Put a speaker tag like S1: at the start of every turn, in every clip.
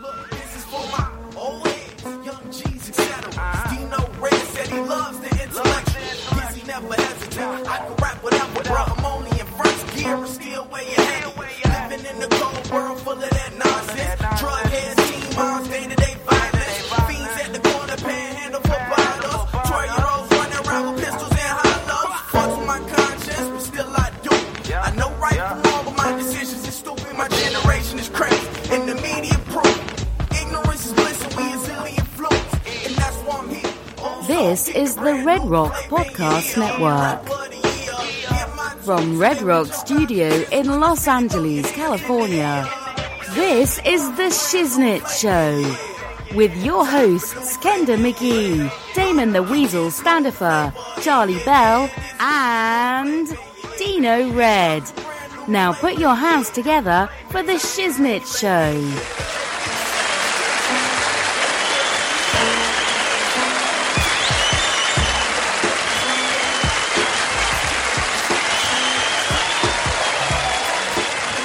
S1: Look, this is for my old heads, young G's etc. Dino Red said he loves the intellectual. Guess he never hesitates. I can rap whatever, bruh. I'm only in first gear, but still way ahead. Living in the cold world full of that nonsense. Drug heads, teen moms, day to day violence. Fiends at the corner, panhandle for bottles. Twelve year olds running around with pistols and hollows. Fucks with my conscience, but still I do. I know right from wrong, but my decisions is stupid. My generation is crazy, and the media proof. Ignorance is bliss, and we is ill influenced. And that's why I'm here. Oh,
S2: This is the Red Rock Podcast Network. From Red Rock Studio in Los Angeles, California, this is The Shiznit Show with your hosts Kenda McGee, Damon the Weasel Standifer, Charlie Bell, and Dino Red. Now put your hands together for The Shiznit Show.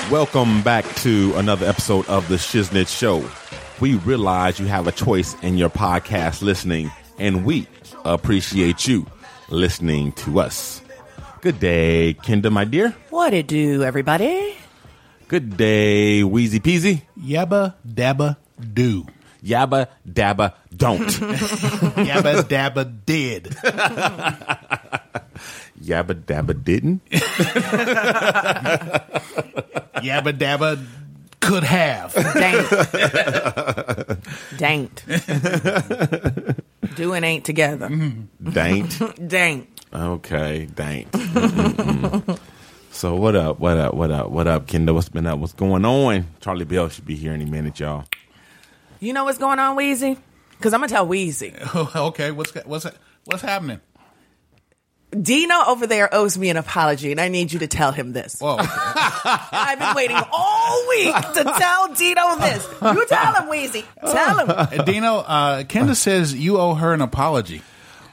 S3: Welcome back to another episode of the Shiznit Show. We realize you have a choice in your podcast listening, and we appreciate you listening to us. Good day, Kinda, my dear.
S4: What it do, everybody?
S3: Good day, Wheezy Peasy.
S5: Yabba dabba do.
S3: Yabba dabba don't.
S5: Yabba dabba did.
S3: Yabba dabba didn't.
S5: Yabba dabba could have.
S4: Danked. Danked. do and ain't together.
S5: Mm-hmm.
S3: Daint.
S4: Dank.
S3: Okay, daint. Mm-mm-mm. so what up? What up? What up? What up, Kinda? What's been up? What's going on? Charlie Bell should be here any minute, y'all.
S4: You know what's going on, Wheezy? Because I'm going to tell Wheezy.
S5: okay, what's what's what's happening?
S4: Dino over there owes me an apology, and I need you to tell him this.
S5: Whoa.
S4: I've been waiting all week to tell Dino this. You tell him, Wheezy. Tell him.
S5: Uh, Dino, uh, Kendra says you owe her an apology.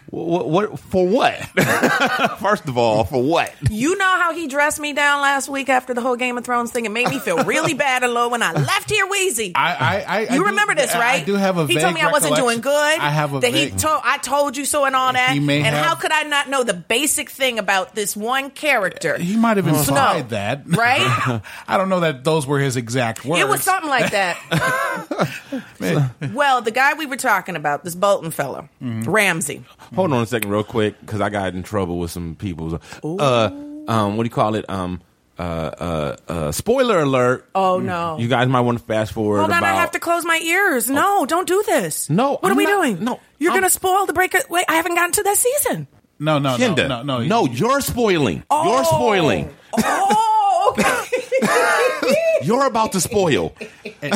S3: What, what for? What? First of all, for what?
S4: You know how he dressed me down last week after the whole Game of Thrones thing and made me feel really bad and low when I left here wheezy.
S5: I, I, I I
S4: you
S5: do-
S4: remember this,
S5: I-
S4: right?
S5: I do have a.
S4: He told
S5: vague
S4: me I wasn't doing
S5: recollection.
S4: good.
S5: I have a.
S4: that
S5: vague,
S4: he told. I told you so and all that.
S5: He may
S4: and how
S5: have-
S4: could I not know the basic thing about this one character?
S5: He might have
S4: Snow,
S5: implied that,
S4: right?
S5: I don't know that those were his exact words.
S4: It was something like that.
S5: Man,
S4: well, the guy we were talking about, this Bolton fellow, Ramsey.
S3: Hold on a second, real quick, because I got in trouble with some people. Uh, um, what do you call it? Um, uh, uh, uh, spoiler alert.
S4: Oh no!
S3: You guys might want to fast forward.
S4: Hold on,
S3: about-
S4: I have to close my ears. No, don't do this.
S3: No,
S4: what are
S3: I'm
S4: we
S3: not-
S4: doing?
S3: no,
S4: you're
S3: I'm-
S4: gonna spoil the break. Wait, I haven't gotten to that season.
S5: no, no, no,
S3: Kinda.
S5: no, no,
S3: you're spoiling. You're spoiling.
S4: Oh, okay.
S3: You're about to spoil.
S5: and,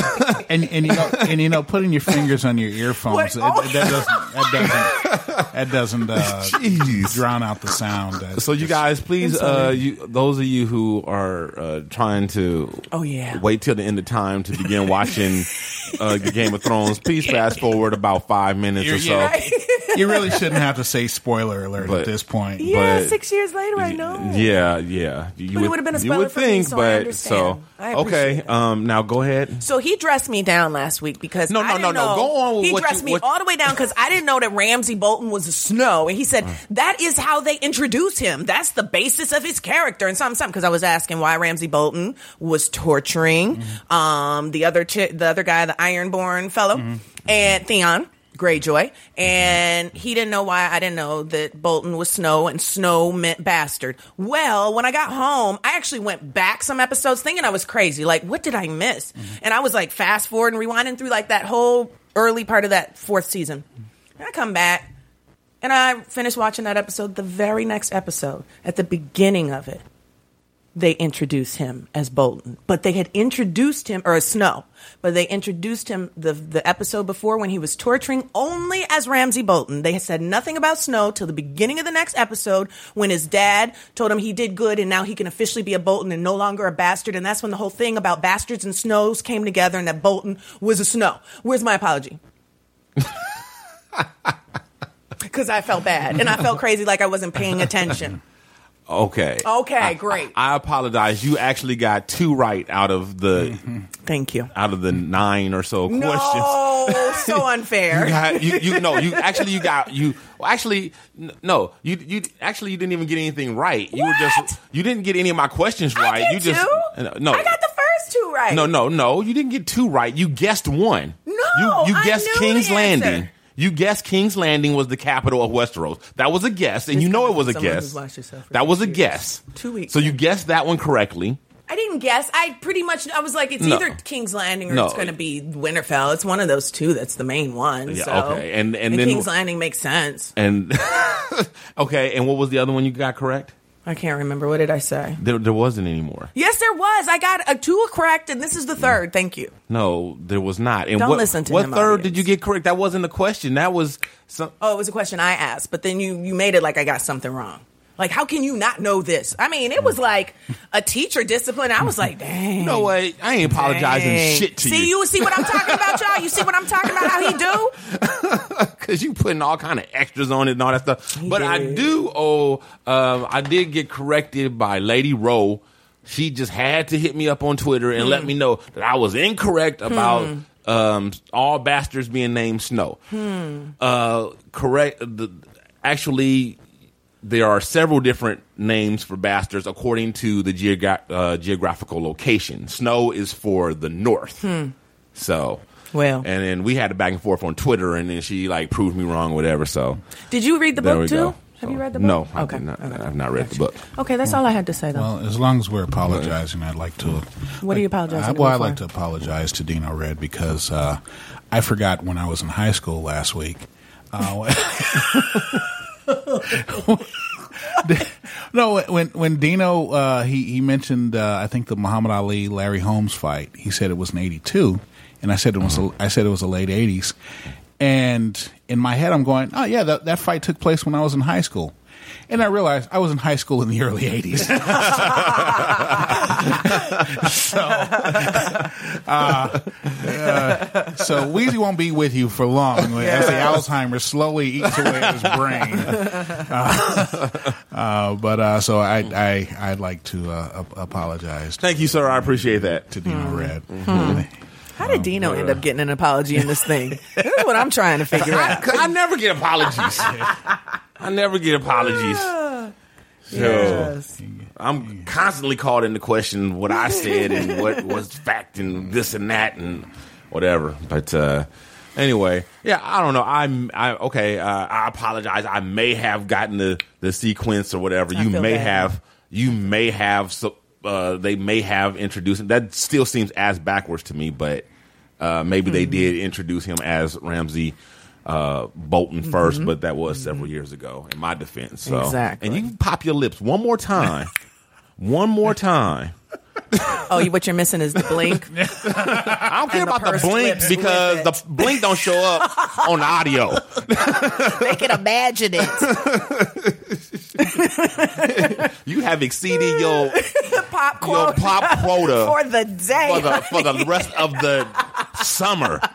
S5: and and you know and you know putting your fingers on your earphones
S4: What?
S5: it, it- that doesn't that doesn't that doesn't uh,
S3: Jeez.
S5: drown out the sound. That
S3: So you
S5: just-
S3: guys, please, uh, you those of you who are uh, trying to,
S4: Oh, yeah.
S3: wait till the end of time to begin watching uh, the Game of Thrones. Please fast forward about five minutes or
S5: You're-
S3: so.
S5: yeah. you really shouldn't have to say spoiler alert
S3: But-
S5: at this point.
S4: yeah,
S3: But-
S4: six years later, I know.
S3: Yeah, yeah. You
S4: it would've been a
S3: you
S4: spoiler
S3: would
S4: for me,
S3: think,
S4: so I
S3: but
S4: understand.
S3: so
S4: I appreciate
S3: okay.
S4: that.
S3: Um, now go ahead.
S4: So he dressed me down last week because
S3: No, no,
S4: I didn't
S3: no, no.
S4: know-
S3: Go on with
S4: he
S3: what
S4: dressed
S3: you-
S4: me
S3: what-
S4: all the way down because I didn't know that Ramsey Bolton was a snow, and he said
S3: Mm.
S4: that is how they introduce him. That's the basis of his character and something, something. Because I was asking why Ramsey Bolton was torturing
S3: Mm-hmm.
S4: um the other chi- the other guy, the Ironborn fellow,
S3: Mm-hmm.
S4: and Theon. Greyjoy, and he didn't know why I didn't know that Bolton was Snow and Snow meant bastard. Well, when I got home, I actually went back some episodes thinking I was crazy. Like, what did I miss? And I was like fast forward and rewinding through like that whole early part of that fourth season. And I come back and I finished watching that episode the very next episode at the beginning of it. they introduce him as Bolton, but they had introduced him or as Snow, but they introduced him the the episode before when he was torturing only as Ramsey Bolton. They had said nothing about Snow till the beginning of the next episode when his dad told him he did good and now he can officially be a Bolton and no longer a bastard. And that's when the whole thing about bastards and Snows came together and that Bolton was a Snow. Where's my apology? Because I felt bad and I felt crazy like I wasn't paying attention.
S3: Okay.
S4: Okay,
S3: I-
S4: great.
S3: I, I apologize. You actually got two right out of the
S4: Mm-hmm. Thank you.
S3: out of the nine or so questions.
S4: No, so unfair.
S3: You got you you no you actually you got you well, actually n- no you you actually you didn't even get anything right. You were
S4: What?
S3: just you didn't get any of my questions
S4: I
S3: right.
S4: did
S3: you just
S4: too.
S3: no.
S4: I got the first two right.
S3: No, no, no. You didn't get two right. You guessed one.
S4: No,
S3: You, you
S4: I
S3: guessed
S4: knew
S3: King's
S4: the answer.
S3: Landing. You guessed King's Landing was the capital of Westeros. That was a guess, and
S4: This
S3: you know it
S4: coming
S3: was a
S4: from someone
S3: guess.
S4: who's watched yourself for
S3: That was a
S4: years.
S3: guess.
S4: Two weeks.
S3: So you guessed that one correctly.
S4: I didn't guess. I pretty much I was like, it's
S3: No.
S4: either King's Landing or
S3: No.
S4: it's going to be Winterfell. It's one of those two. That's the main one.
S3: Yeah,
S4: so.
S3: okay. And- and then-
S4: King's Landing makes sense.
S3: And okay, and what was the other one you got correct?
S4: I can't remember what did I say.
S3: There, there wasn't anymore.
S4: Yes, there was. I got a two correct, and this is the third. Thank you.
S3: No, there was not. And
S4: Don't
S3: what,
S4: listen to
S3: what
S4: him,
S3: third
S4: audience.
S3: did you get correct? That wasn't a question. That was some.
S4: Oh, it was a question I asked, but then you you made it like I got something wrong. Like, how can you not know this? I mean, it was like a teacher discipline. I was like, dang.
S3: No way. I ain't apologizing
S4: Dang.
S3: shit to
S4: see
S3: you
S4: you. See what I'm talking about, y'all. You see what I'm talking about? How he do?
S3: because you putting all kind of extras on it and all that stuff. but I
S4: did.
S3: do owe. Um, I did get corrected by Lady Rowe. She just had to hit me up on Twitter and let me know that I was incorrect about um, all bastards being named Snow. Uh, correct. The, actually, there are several different names for bastards according to the geogra- uh, geographical location. Snow is for the north. So.
S4: Well.
S3: and then we had a back and forth on Twitter, and then she like proved me wrong, whatever. So
S4: Did you read the
S3: there
S4: book
S3: we
S4: too?
S3: go.
S4: Have you
S3: So-
S4: read the book?
S3: No, I
S4: okay.
S3: did not,
S4: okay.
S3: I've not read the book.
S4: Okay, that's all I had to say though.
S5: Well, as long as we're apologizing, I'd like to.
S4: What are you apologizing
S5: I, Uh, well,
S4: to me
S5: I'd
S4: for?
S5: like to apologize to Dino Red because uh, I forgot when I was in high school last week. Uh, no, when when Dino uh, he he mentioned uh, I think the Muhammad Ali Larry Holmes fight. He said it was in '82, and I said it was a, I said it was the late '80s, and in my head I'm going, oh yeah, that that fight took place when I was in high school, and I realized I was in high school in the early '80s. so, uh, uh, so Wheezy won't be with you for long as the Alzheimer's slowly eats away at his brain. Uh, uh, but uh, so I, I, I'd like to uh, ap- apologize
S3: Thank you, sir. I appreciate that. Hmm.
S5: to Dino Red.
S4: How
S5: um,
S4: did Dino end up getting an apology in this thing? this is what I'm trying to figure out.
S3: I, I never get apologies. I never get apologies. So
S4: Yes.
S3: I'm constantly called into question what I said and what was fact and this and that and whatever. But uh, anyway, yeah, I don't know. I'm I okay. Uh, I apologize. I may have gotten the the sequence or whatever.
S4: I
S3: you
S4: feel
S3: may
S4: bad.
S3: have. You may have. So, uh, they may have introduced. That still seems as backwards to me, but uh, maybe
S4: Mm-hmm.
S3: they did introduce him as Ramsey uh, Bolton 1st
S4: Mm-hmm.
S3: but that was several years ago. In my defense, so
S4: Exactly.
S3: and you can pop your lips one more time, one more time.
S4: Oh, you- what you're missing is the blink.
S3: I don't care
S4: the
S3: about the
S4: pursed
S3: blink
S4: lips
S3: because the
S4: with
S3: blink don't show up on the audio.
S4: they can imagine it.
S3: You have exceeded your
S4: Pop
S3: your
S4: quote
S3: pop quota
S4: for the day.
S3: for the for the rest of the summer.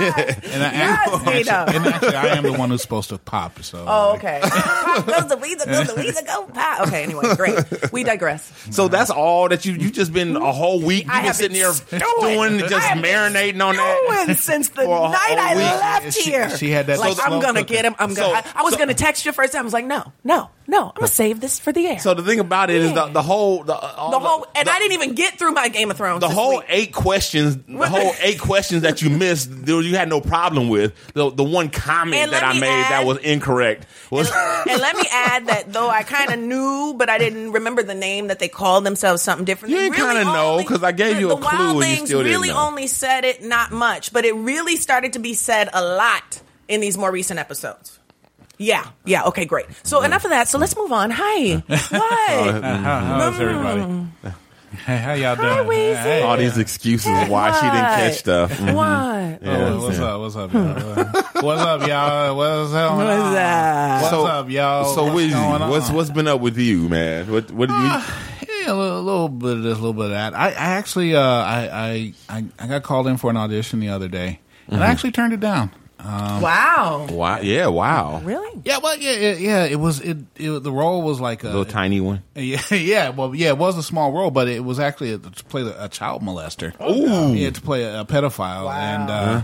S5: And, I,
S4: Yes,
S5: actually,
S4: Dino.
S5: and actually, I am the one who's supposed to pop. So,
S4: Oh, okay. Pop goes the Weezer, goes the Weezer, go pop. Okay, anyway, great. We digress.
S3: So that's all that you you just been a whole week. You've
S4: I
S3: been
S4: have
S3: sitting
S4: been
S3: there
S4: stewing.
S3: doing just
S4: I have been
S3: marinating on that.
S4: Doing since the
S3: For a
S4: night I
S3: whole week.
S4: left
S5: She-
S4: here.
S5: she had that
S4: Like
S5: slow
S4: I'm gonna
S5: cooker.
S4: get him. I'm gonna.
S3: So-
S4: I, I was
S3: so-
S4: gonna text you first. I was like, no, no, no. I'm gonna save this for the air.
S3: So the thing about it is the, the whole the, all
S4: the whole and
S3: the-
S4: I didn't even get through my Game of Thrones.
S3: the
S4: this
S3: whole
S4: week.
S3: eight questions, the whole eight questions that you missed, there- you had no problem with. The the one comment
S4: And
S3: that
S4: let
S3: I
S4: me
S3: made that
S4: add-
S3: was incorrect was
S4: and let me add that though I kind of knew, but I didn't remember the name that they called themselves something different.
S3: You
S4: They
S3: didn't kinda know,
S4: only-
S3: 'cause I gave you
S4: the
S3: a clue and
S4: Wild
S3: you
S4: Things
S3: still didn't
S4: really
S3: know.
S4: only said it not much, but it really started to be said a lot in these more recent episodes.
S1: Yeah, yeah. Okay, great. So enough of that. So let's move on. Hi. What?
S5: How, Uh, how's
S3: Mm-hmm.
S5: everybody? Hey, how y'all doing?
S1: Hi, Weezy.
S5: Hey,
S3: All these excuses why she didn't catch stuff. Mhm.
S1: What?
S5: Oh,
S3: Yeah.
S5: what's up? What's up? Y'all? what's up, y'all? What's up?
S1: What is that?
S5: What's up, y'all?
S3: So
S5: what's
S3: Weezy,
S5: going
S3: what's
S5: on? Uh,
S3: what's been up with you, man? What what do you?
S5: Yeah, a little, little bit of this, a little bit of that. I, I actually, uh, I, I, I, I got called in for an audition the other day, and I actually turned it down. Um,
S1: Wow.
S3: wow, Mm-hmm. yeah, wow,
S1: Really?
S5: Yeah, well, yeah, yeah, yeah. It was it, it the role was like a
S3: little tiny one.
S5: yeah, yeah, well, yeah, it was a small role, but it was actually a, to play a child molester. Ooh, yeah, to play a, pedophile, and uh,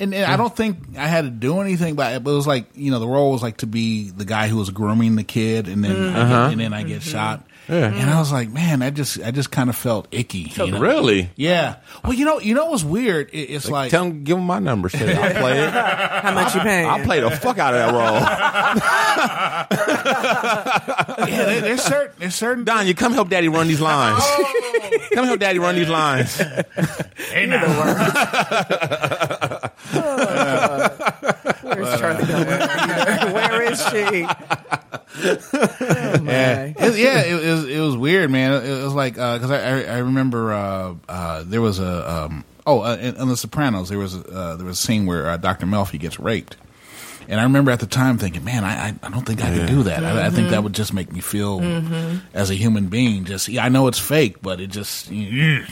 S5: and, and I don't think I had to do anything, but it was like you know the role was like to be the guy who was grooming the kid, and then I get- and then I get shot, and I was like, man, I just I just kind of felt icky, you know?
S3: Really?
S5: Yeah. Well, you know, you know what's weird? It, it's like,
S3: Tell him, give him my number. Say I'll play it.
S1: How much you paying?
S3: I'll play the fuck out of that role.
S5: yeah, there, there's certain there's certain
S3: Don, you come help Daddy run these lines. come help Daddy run these lines.
S5: Hey, now.
S1: Where's Charlie
S5: Uh,
S1: Where, where is she? Oh, my.
S5: It- yeah, it, was it was weird, man. It, was like because I, I I remember uh, uh, there was a um, oh uh, in, in The Sopranos there was a, uh, there was a scene where uh, Dr. Melfi gets raped, and I remember at the time thinking, man, I I, I don't think I could do that. I, I think that would just make me feel as a human being. Just yeah, I know it's fake, but it just mm.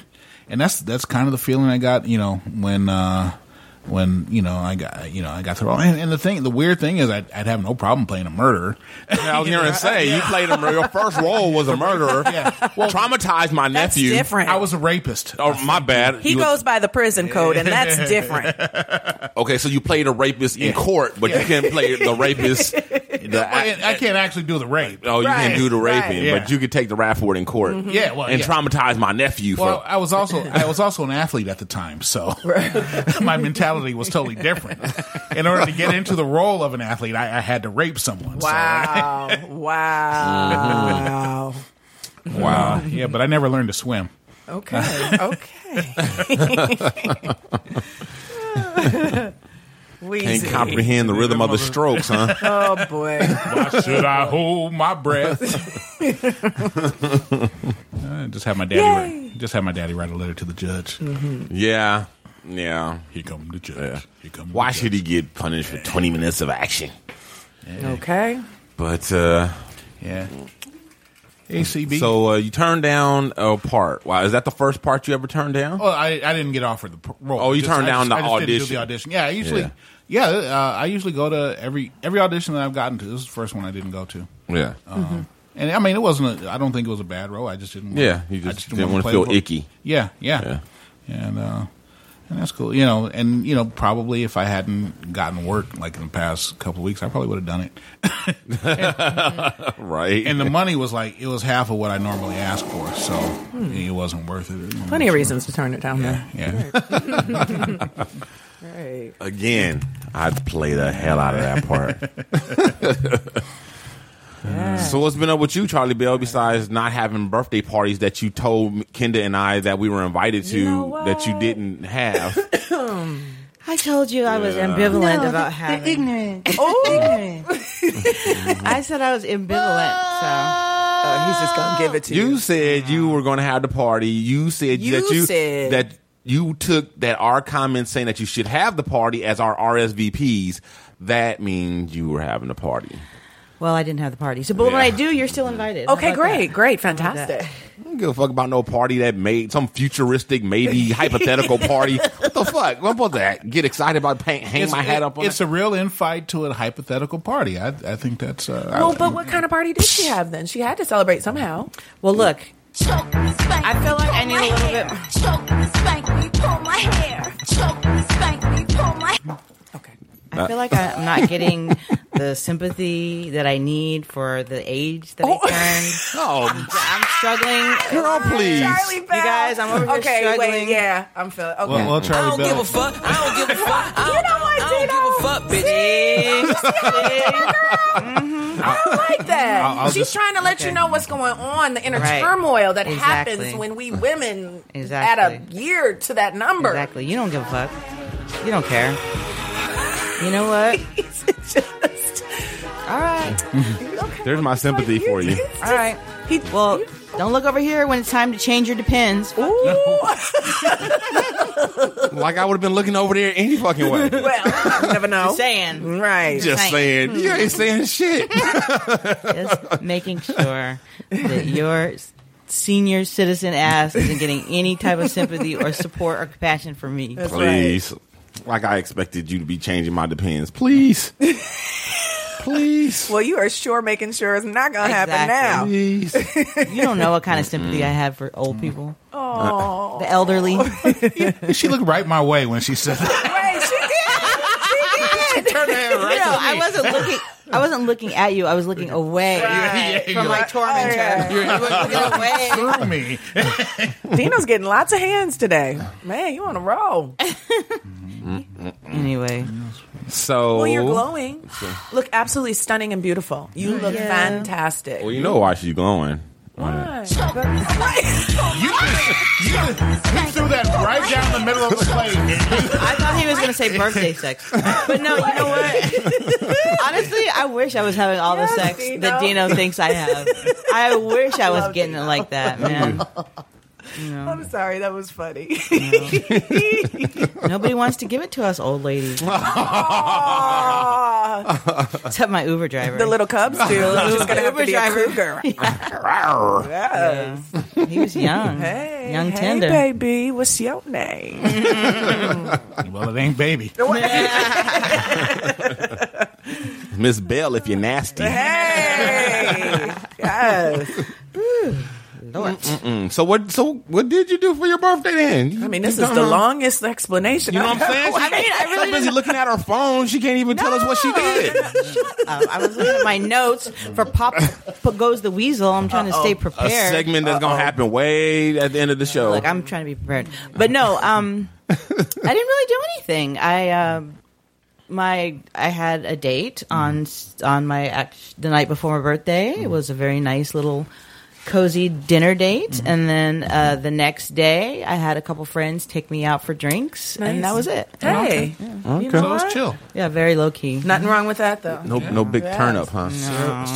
S5: and that's that's kind of the feeling I got. You know when. Uh, when you know I got you know I got the role, and, and the thing, the weird thing is, I'd, I'd have no problem playing a murderer.
S3: I was gonna say you played a mur- your first role was a murderer. traumatized my
S1: That's
S3: nephew.
S1: different.
S5: I was a rapist.
S3: Oh, my bad.
S1: he
S3: You-
S1: goes by the prison code, and that's different.
S3: Okay, so you played a rapist in court, but you can't play the rapist. The,
S5: I, I can't actually do the rape.
S3: Oh, you
S1: Right,
S3: can do the raping,
S5: right. Mm-hmm.
S3: but you could take the rap for it in court.
S5: Yeah, well,
S3: and
S5: yeah.
S3: traumatize my nephew.
S5: Well,
S3: for,
S5: I was also I was also an athlete at the time, so my mentality was totally different. In order to get into the role of an athlete, I, I had to rape someone. so-
S1: Wow. Oh, Wow.
S5: wow. Yeah, but I never learned to swim.
S1: Okay. Okay.
S3: can't
S1: Weezy.
S3: comprehend the rhythm of the strokes, huh?
S1: Oh boy.
S5: Why should I hold my breath? I just have my daddy.
S1: Yay.
S5: Write, just have my daddy write a letter to the judge.
S3: yeah, yeah.
S5: Here come the judge. Here come.
S3: Why
S5: the
S3: should he get punished for twenty minutes of action?
S1: Okay.
S3: But uh,
S5: he? Yeah. ACB.
S3: so uh, you turned down a part. Wow, is that the first part you ever turned down?
S5: Well, I, I didn't get offered the pr- role.
S3: Oh, you
S5: Just-
S3: turned
S5: I
S3: down
S5: just-
S3: the
S5: I just didn't do
S3: audition.
S5: the audition. Yeah, I usually, yeah, uh, I usually go to every every audition that I've gotten to. This is the first one I didn't go to, Um,
S3: yeah,
S5: and I mean, it wasn't. A, I don't think it was a bad role. I just didn't. wanna-
S3: yeah. You
S5: I
S3: just didn't
S5: wanna
S3: want to
S5: play
S3: feel
S5: the role.
S3: icky.
S5: Yeah, yeah, and uh, and that's cool. You know, and you know, probably if I hadn't gotten work like in the past couple of weeks, I probably would have done it.
S3: Right.
S5: And the money was like it was half of what I normally ask for, so it wasn't worth it.
S1: Hmm. Plenty of reasons to turn it down
S5: Yeah, yeah.
S1: there. Right.
S3: again, I'd play the hell out of that part. So what's been up with you, Charlie Bell? Besides not having birthday parties that you told Kenda and I that we were invited to
S1: You know
S3: that you
S1: what?
S3: didn't have.
S6: I told you I was ambivalent about having.
S7: They're ignorant.
S1: Oh,
S6: I said I was ambivalent. uh,
S1: Oh, he's just gonna give it to you.
S3: you said you were going to have the party. You said
S1: You
S3: that you
S1: said-
S3: that you took that our comments saying that you should have the party as our RSVPs. That means you were having a party.
S6: So, well, I didn't have the party. So, but when I do, you're still invited. How
S1: Okay,
S6: about that?
S1: great, great, fantastic.
S3: I don't give a fuck about no party that made some futuristic, maybe hypothetical party. What the fuck? I'm supposed to get excited about paint, hang my hat up on
S5: It's a real invite to a hypothetical party. I, I think that's. Uh, I-
S1: Well, but what kind of party did she have then? She had to celebrate somehow.
S6: Well, look,
S7: Choke me, spank
S6: I feel
S7: me,
S6: like I
S7: pull
S6: need a
S7: my
S6: little
S7: hair.
S6: bit-
S7: Choke me, spank me, pull my hair. Choke me, spank me, pull my
S1: Okay.
S6: I feel like I'm not getting the sympathy that I need for the age that
S1: Oh.
S6: I turned.
S3: oh,
S6: I'm struggling.
S3: girl, please.
S1: Charlie Bell.
S6: You guys, I'm over here
S1: Okay, wait,
S6: struggling.
S1: yeah, I'm feeling. Okay.
S5: well, well, Charlie Bell.
S4: fuck. I don't give a fuck. I
S1: You know what, Dino? I like that.
S5: I'll- I'll
S1: She's
S5: just-
S1: trying to let you know what's going on, the inner
S6: Right.
S1: turmoil that
S6: Exactly.
S1: happens when we women
S6: Exactly.
S1: add a year to that number.
S6: Exactly. You don't give a fuck. You don't care. You know what?
S1: It's just-
S6: All right.
S3: There's my sympathy for you.
S6: All right. He, well, don't look over here when it's time to change your depends.
S3: Like I would have been looking over there any fucking way.
S1: Well, you never know.
S6: saying.
S1: Right.
S3: Just saying, you ain't saying shit.
S6: Just making sure that your s- senior citizen ass isn't getting any type of sympathy or support or compassion from me.
S3: Please. Like I expected you to be changing my depends. Please. Please.
S1: Well, you are sure making sure it's not going to happen now.
S3: Please.
S6: You don't know what kind of sympathy I have for old people. Oh. The elderly.
S5: she looked right my way when she said that.
S1: Wait, she did. She did.
S3: Turn that right
S6: No,
S3: to
S6: I
S3: me.
S6: wasn't looking. I wasn't looking at you. I was looking away from my
S1: Oh,
S6: tormentor. I was looking away.
S5: Through me.
S1: Dino's getting lots of hands today. Man, you on a roll.
S6: Anyway,
S3: So
S1: Well, you're glowing. Look absolutely stunning and beautiful. You look fantastic.
S3: Well, you know why she's glowing.
S1: Why?
S5: You just, you just you threw that right down the middle of the plate.
S6: I thought he was going to say birthday sex, but no. You know what? Honestly, I wish I was having all the
S1: Yes,
S6: sex that
S1: Dino.
S6: Dino thinks I have. I wish I was getting it like that, man.
S1: I'm sorry, that was funny.
S6: Nobody wants to give it to us, old ladies,
S1: Aw.
S6: except my Uber driver.
S1: the little cubs do. She's gonna have to
S6: Uber
S1: be a
S6: driver.
S1: cougar. Yes.
S6: he was young,
S1: Hey,
S6: young
S1: hey,
S6: tender.
S1: baby, what's your name?
S5: Well, it ain't baby.
S3: Miss Bell, if you're nasty.
S1: hey, yes.
S3: Mm, So what? So what did you do for your birthday then?
S1: I mean, this is the
S6: Uh-huh.
S1: longest explanation.
S3: You know what I'm saying?
S1: I mean, I
S3: so busy looking at her phone, she can't even tell us what she did.
S6: Um, I was looking at my notes for Pop Pop Goes the Weasel. I'm trying to stay
S3: A
S6: prepared.
S3: segment that's gonna happen way at the end of the show.
S6: Like I'm trying to be prepared, but no, um, I didn't really do anything. I um, my I had a date on s- on my act- the night before my birthday. It was a very nice little cozy dinner date, and then uh, the next day I had a couple friends take me out for drinks, and that was it.
S1: Hey,
S5: So it's chill.
S6: Yeah, very low key.
S1: nothing wrong with that though.
S3: no, no big turn up, huh?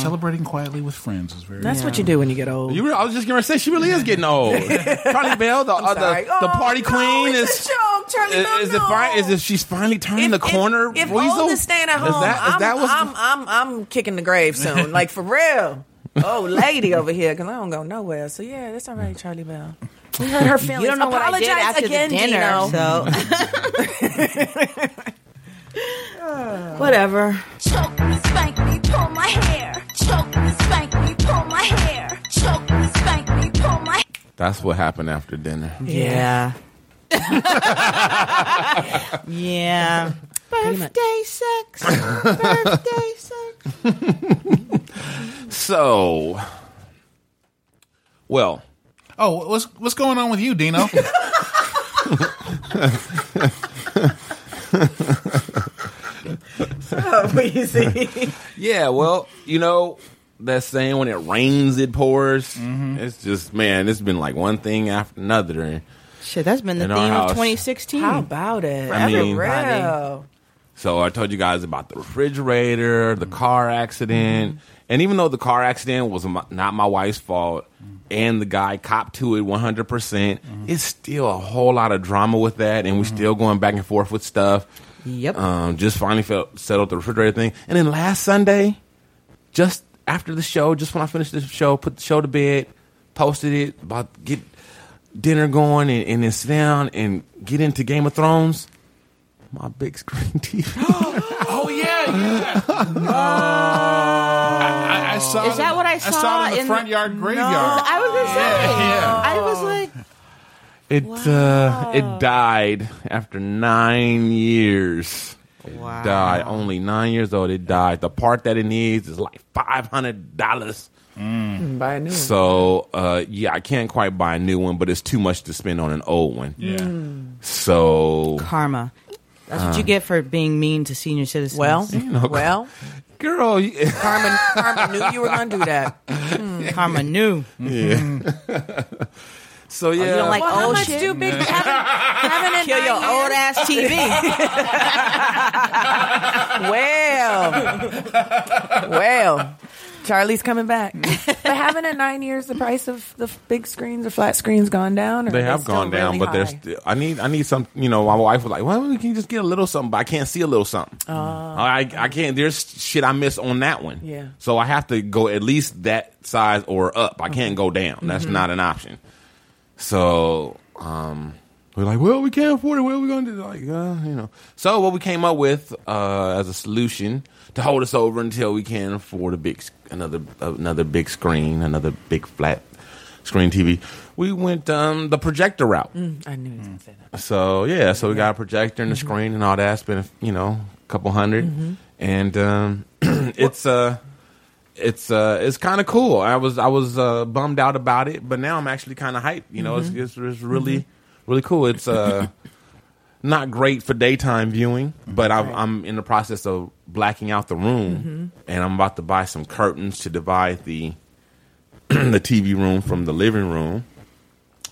S5: Celebrating quietly with friends is very.
S1: That's what you do when you get old.
S3: You, re- I was just gonna say she really is getting old. Charlie Bell, the uh,
S1: sorry.
S3: the, the
S1: Oh,
S3: party
S1: no,
S3: queen
S1: it's
S3: is
S1: a joke, Charlie,
S3: is,
S1: no,
S3: is it
S1: no.
S3: fine? Is if she's finally turning the corner?
S1: If, if
S3: weasel?
S1: old is staying at home,
S3: Is that, is
S1: I'm,
S3: that what's-
S1: I'm, I'm, I'm kicking the grave soon. Like for real. Oh, lady over here, because I don't go nowhere. So yeah, that's all right, Charlie Bell. We hurt her feelings.
S6: You don't know what I
S1: Apologize
S6: did after
S1: again,
S6: the dinner,
S1: Dino.
S6: so whatever.
S7: Choke me, spank me, pull my hair. Choke me, spank me, pull my hair. Choke me, spank me, pull my
S3: That's what happened after dinner.
S6: Yeah. yeah. Birthday sex. Birthday sex.
S3: So, well,
S5: Oh, what's what's going on with you, Dino?
S6: Oh,
S3: yeah, well, you know that saying when it rains, it pours.
S6: Mm-hmm.
S3: It's just man, it's been like one thing after another. And
S6: Shit, that's been the
S3: In
S6: theme
S3: our
S6: of
S3: house.
S6: 2016.
S1: How about it?
S3: I
S1: For
S3: mean-
S1: real.
S3: So I told you guys about the refrigerator,
S6: Mm-hmm.
S3: the car accident, and even though the car accident was my, not my wife's fault,
S6: Mm-hmm.
S3: and the guy copped to it 100%, percent it's still a whole lot of drama with that, and we're still going back and forth with stuff.
S6: Mm-hmm. Yep.
S3: Um, just finally felt, settled the refrigerator thing, and then last Sunday, just after the show, just when I finished the show, put the show to bed, posted it about to get dinner going, and, and then sit down and get into Game of Thrones. My big screen TV.
S5: oh yeah, yeah. I, I- I saw.
S6: Is that what I
S5: I
S6: saw
S5: saw it in the
S6: in-
S5: front yard graveyard.
S6: I was going to say.
S5: yeah.
S6: I was like,
S3: It uh, it died after nine years. It
S6: Wow.
S3: died only nine years old. It died. The part that it needs is like five hundred dollars.
S4: Mm.
S8: Mm,
S1: Buy a new one.
S3: So uh, yeah, I can't quite buy a new one, but it's too much to spend on an old one.
S5: Yeah.
S3: So
S6: karma. mm. That's
S3: Uh.
S6: what you get for being mean to senior citizens.
S1: Well, well,
S3: girl, you-
S1: Carmen,
S6: Hmm.
S1: Carmen knew you were going to do that.
S6: karma knew.
S9: So yeah,
S6: you don't like
S1: Well, how
S6: old
S1: much
S6: shit?
S1: do big having it
S6: Kill your old ass TV.
S1: well, well, Charlie's coming back.
S8: but haven't in nine years the price of the f- big screens or flat screens gone down? Or
S3: They
S8: is it
S3: have
S8: still
S3: gone down,
S8: really
S3: but there's.
S8: high?
S3: I need. I need some. You know, my wife was like, "Well, we can just get a little something," but I can't see a little something.
S8: Oh.
S1: Uh-huh.
S5: Uh,
S3: I I can't. There's shit I missed on that one.
S8: Yeah.
S3: So I have to go at least that size or up. I can't go down. That's
S9: Mhm.
S3: not an option. So um, we're like, well, we can't afford it. What are we going to do? Like, uh, you know. So what we came up with uh, as a solution to hold us over until we can afford a big sc- another another big screen, another big flat screen TV. We went um, the projector route.
S8: Mm, I knew he was going to say that.
S3: So yeah, so we got a projector and a screen and all that. It's been you know a couple 100
S8: Mhm.
S3: and um, it's uh it's uh it's kind of cool. I was I was uh, bummed out about it, but now I'm actually kind of hyped. You know,
S9: Mhm.
S3: it's, it's it's really really cool. It's uh not great for daytime viewing, but I've, I'm in the process of blacking out the room, and I'm about to buy some curtains to divide the the TV room from the living room.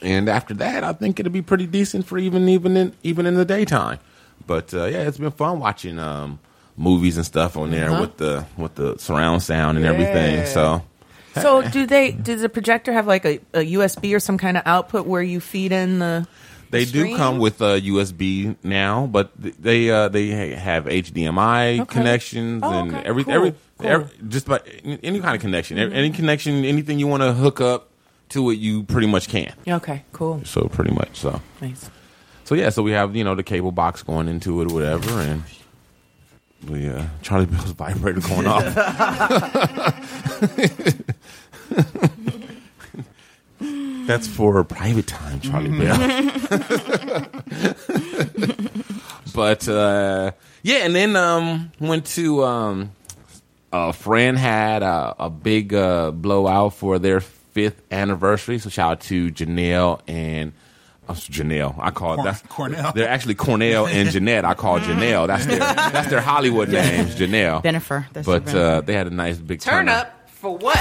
S3: And after that, I think it'll be pretty decent for even even in even in the daytime. But uh, yeah, it's been fun watching um, movies and stuff on there
S8: Uh-huh.
S3: with the with the surround sound and everything.
S8: Yeah.
S3: So
S1: So do they? Does the projector have like a, a USB or some kind of output where you feed in the?
S3: they do
S1: Stream?
S3: come with uh, USB now, but th- they uh, they ha- have HDMI
S9: Okay.
S3: connections
S9: Oh,
S3: and
S9: okay.
S3: every
S9: Cool.
S3: every,
S9: Cool.
S3: every just about any any kind of connection,
S8: Mhm.
S3: any connection, anything you want to hook up to it, you pretty much can.
S5: Mm.
S8: Okay, cool.
S3: So pretty much so.
S8: Nice.
S3: So yeah, so we have you know the cable box going into it or whatever, and we uh, Charlie Bill's vibrator going off. That's for private time, Charlie Bill. but uh, yeah, and then um, went to um, a friend had a, a big uh, blowout for their fifth anniversary. So shout out to Janelle and oh, it's Janelle. I call
S5: Corn-
S3: it that's
S5: Cornell.
S3: They're actually Cornell and Janette. I call Janelle. That's their that's their Hollywood names. Janelle.
S6: Bennifer. That's their
S3: but Uh,
S6: Bennifer.
S3: they had a nice big
S1: Turn
S3: turnout.
S1: up for what?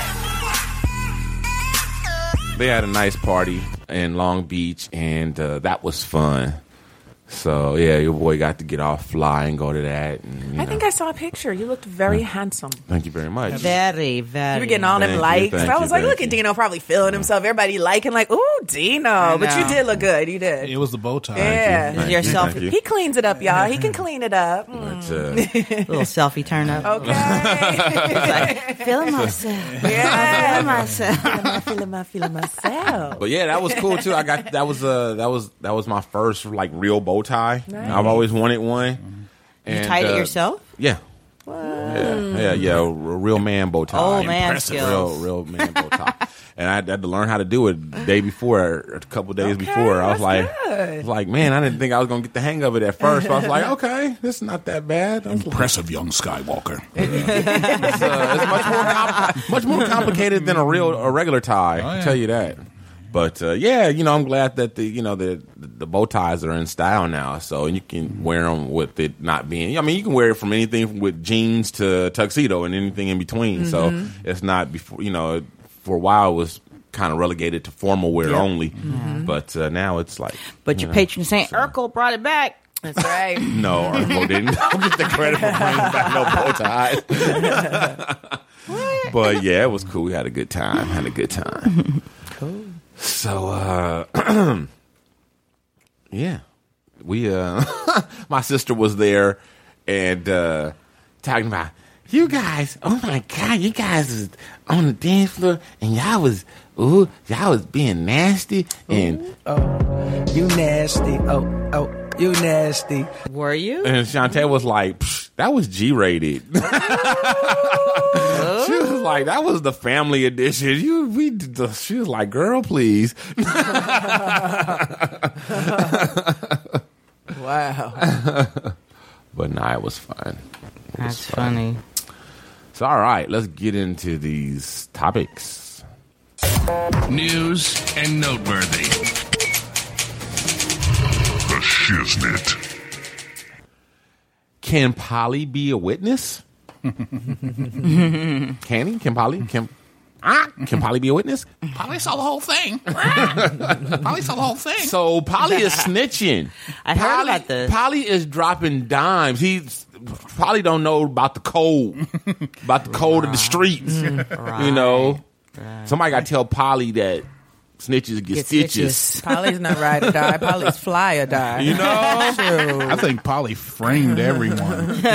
S3: They had a nice party in Long Beach, and uh, that was fun. So yeah, your boy got to get off fly and go to that. And, you
S8: I think
S3: know.
S8: I saw a picture. You looked very handsome.
S3: Thank you very much.
S6: Very, very.
S1: You were getting all them
S3: Thank you,
S1: likes.
S3: thank
S1: I
S3: you,
S1: was like,
S3: thank
S1: look at Dino probably feeling himself. Everybody liking, like, ooh, Dino. But you
S5: know.
S1: did look good. You did.
S5: It was the bow tie.
S1: yeah.
S3: Thank you, Yourself- thank you.
S1: He cleans it up, y'all. He can clean it up. Mm.
S3: But, uh,
S6: little selfie turn up.
S1: Okay.
S6: Feeling myself.
S1: Yeah.
S6: Feeling myself.
S1: I feel my feeling myself.
S3: But yeah, that was cool too. I got that was uh that was that was my first like real bow tie.
S6: Nice.
S3: I've always wanted one. uh,
S6: You tied it yourself?
S3: Yeah. Yeah, yeah, yeah. A real man bow tie.
S6: Old man Impressive.
S3: Real,
S6: skills.
S3: real man bow tie. and I had to learn how to do it the day before, or a couple days before. I was like, I was like, man, I didn't think I was gonna get the hang of it at first. But I was like, okay, this is not that bad. I'm
S5: Impressive young Skywalker.
S3: it's, uh, it's much more com- much more complicated than a real a regular tie. I will tell you that. But uh, yeah, you know, I'm glad that the you know the the bow ties are in style now, so you can wear them with it not being. I mean, you can wear it from anything with jeans to tuxedo and anything in between.
S9: Mhm.
S3: So
S6: Mm-hmm.
S3: it's not before you know. For a while, it was kind of relegated to formal wear
S6: Yeah.
S3: only,
S6: Mhm.
S3: but uh, now it's like.
S6: But
S3: you
S6: your
S3: know.
S6: patron saint Urkel brought it back. That's right.
S3: No, Arvo didn't. I'll get the credit for bringing back no bow ties. but yeah, it was cool. We had a good time. Had a good time.
S9: Cool.
S3: So, uh, yeah, we. Uh, my sister was there and uh, talking about you guys. Oh my god, you guys was on the dance floor and y'all was ooh, y'all was being nasty and
S10: You nasty. Oh, oh, you nasty.
S6: Were you?
S3: And Shantae was like, "Psh, that was G rated. she was like, that was the family edition. You, we, did the-" she was like, girl, please.
S1: Wow.
S3: but nah, it was fun. It was
S6: That's
S3: fun.
S6: funny.
S3: So, all right, let's get into these topics.
S11: News and noteworthy.
S12: The Shiznit.
S3: Can Polly be a witness? Can he? Can Polly? Can ah, can Polly be a witness?
S5: Polly saw the whole thing. Polly saw the whole thing.
S3: So Polly is snitching. I Polly, heard about this. Polly is dropping dimes. He's Polly don't know about the cold, about the cold of the streets. You know, somebody got to tell Polly that snitches get, stitches.
S1: Polly's not ride or die. Polly's fly or die.
S3: You know?
S5: I think Polly framed everyone.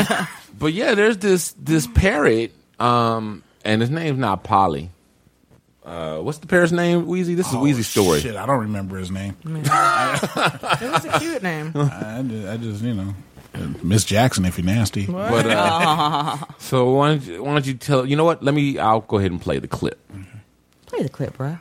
S3: But yeah, there's this this parrot, um, and his name's not Polly. Uh, what's the parrot's name, Wheezy? This is
S5: Oh,
S3: Wheezy's story.
S5: Shit, I don't remember his name.
S1: It was a cute name.
S5: I, ju- I just, you know, Miss Jackson, if you're nasty.
S3: But
S1: Uh-huh.
S3: uh, so why don't, you, why don't you tell? You know what? Let me. I'll go ahead and play the clip.
S6: Play the clip, bro.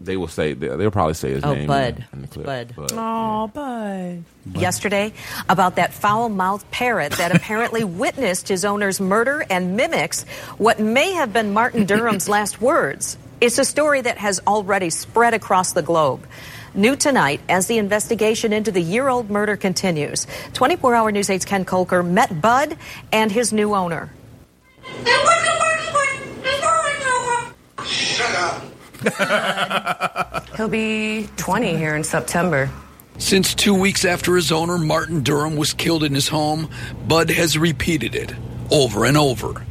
S3: They will say they- they'll probably say his
S6: Oh,
S3: name.
S6: Bud.
S3: In the clip.
S6: Bud.
S9: Oh, bud. Yesterday, about that foul mouthed parrot that apparently witnessed his owner's murder and mimics what may have been Martin Durham's last words. It's a story that has already spread across the globe. New tonight, as the investigation into the year old murder continues, 24 Hour News 8's Ken Kolker met Bud and his new owner.
S13: He'll be 20 here in September.
S14: Since two weeks after his owner, Martin Durham, was killed in his home, Bud has repeated it over and over.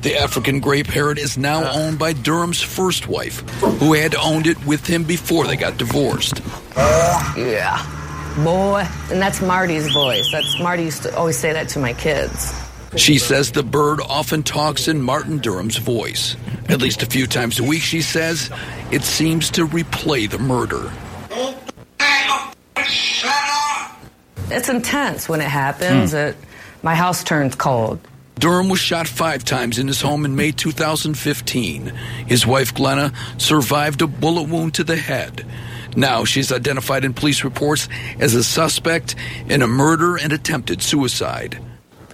S14: The African gray parrot is now owned by Durham's first wife, who had owned it with him before they got divorced.
S13: Yeah. Boy. And that's Marty's voice. That's Marty used to always say that to my kids.
S14: She says the bird often talks in Martin Durham's voice. At least a few times a week, she says, it seems to replay the murder.
S13: It's intense when it happens.
S14: Hmm.
S13: It, my house turns cold.
S14: Durham was shot five times in his home in May 2015. His wife, Glenna, survived a bullet wound to the head. Now she's identified in police reports as a suspect in a murder and attempted suicide.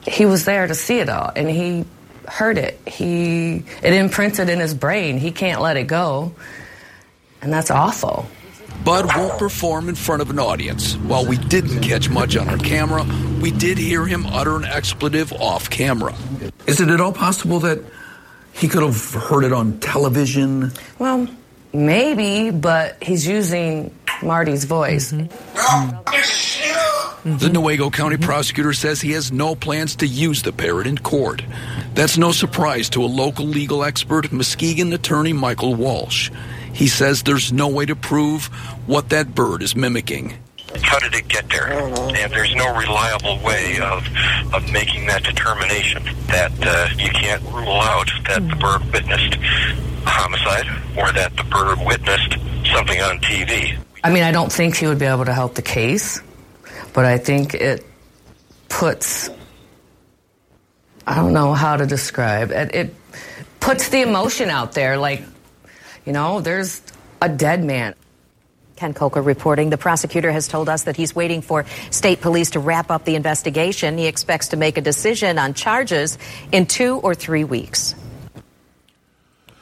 S13: He was there to see it all, and he heard it. He it imprinted in his brain. He can't let it go, and that's awful.
S14: Bud won't perform in front of an audience. While we didn't catch much on our camera, we did hear him utter an expletive off camera. Is it at all possible that he could have heard it on television?
S13: Well, maybe, but he's using Marty's voice.
S14: The Nuevo County prosecutor says he has no plans to use the parrot in court. That's no surprise to a local legal expert, Muskegon attorney Michael Walsh. He says there's no way to prove what that bird is mimicking.
S15: How did it get there? And there's no reliable way of of making that determination. That uh, you can't rule out that the bird witnessed a homicide or that the bird witnessed something on TV.
S13: I mean, I don't think he would be able to help the case, but I think it puts. I don't know how to describe it. It puts the emotion out there. Like, you know, there's a dead man.
S9: Ken Coker reporting.
S13: The prosecutor has
S9: told us that he's waiting
S13: for
S9: state police to wrap
S13: up
S9: the investigation.
S13: He expects to make a decision on charges in two or three weeks.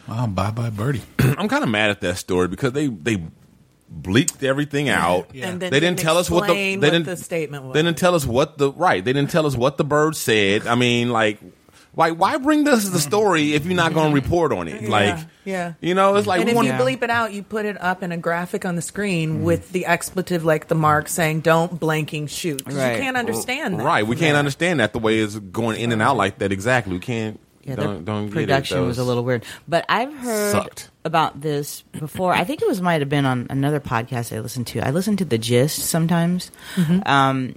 S5: Wow, bye bye, Birdie.
S3: I'm kind of mad at that story because they they bleaked everything out.
S1: And then
S3: they didn't
S1: didn't
S3: tell us what the they
S1: explain what
S3: didn't
S1: the statement was.
S3: They didn't tell us what the right. They didn't tell us what the bird said. I mean, like, like why bring this as the story if you're not going to report on it? Like,
S4: yeah.
S3: you know, it's like
S4: and
S3: we
S4: if
S3: want
S4: you bleep it out, you put it up in a graphic on the screen
S3: Mm.
S4: with the expletive, like the mark saying "don't blanking shoot." 'Cause You can't understand that.
S3: Right, we can't understand that the way it's going in and out like that. Exactly, we can't.
S6: Yeah,
S3: don't,
S6: the
S3: don't
S6: production
S3: get it.
S6: was a little weird. But I've heard
S3: Sucked.
S6: about this before. I think it was might have been on another podcast I listened to. I listened to the Gist sometimes,
S16: Mhm.
S6: um,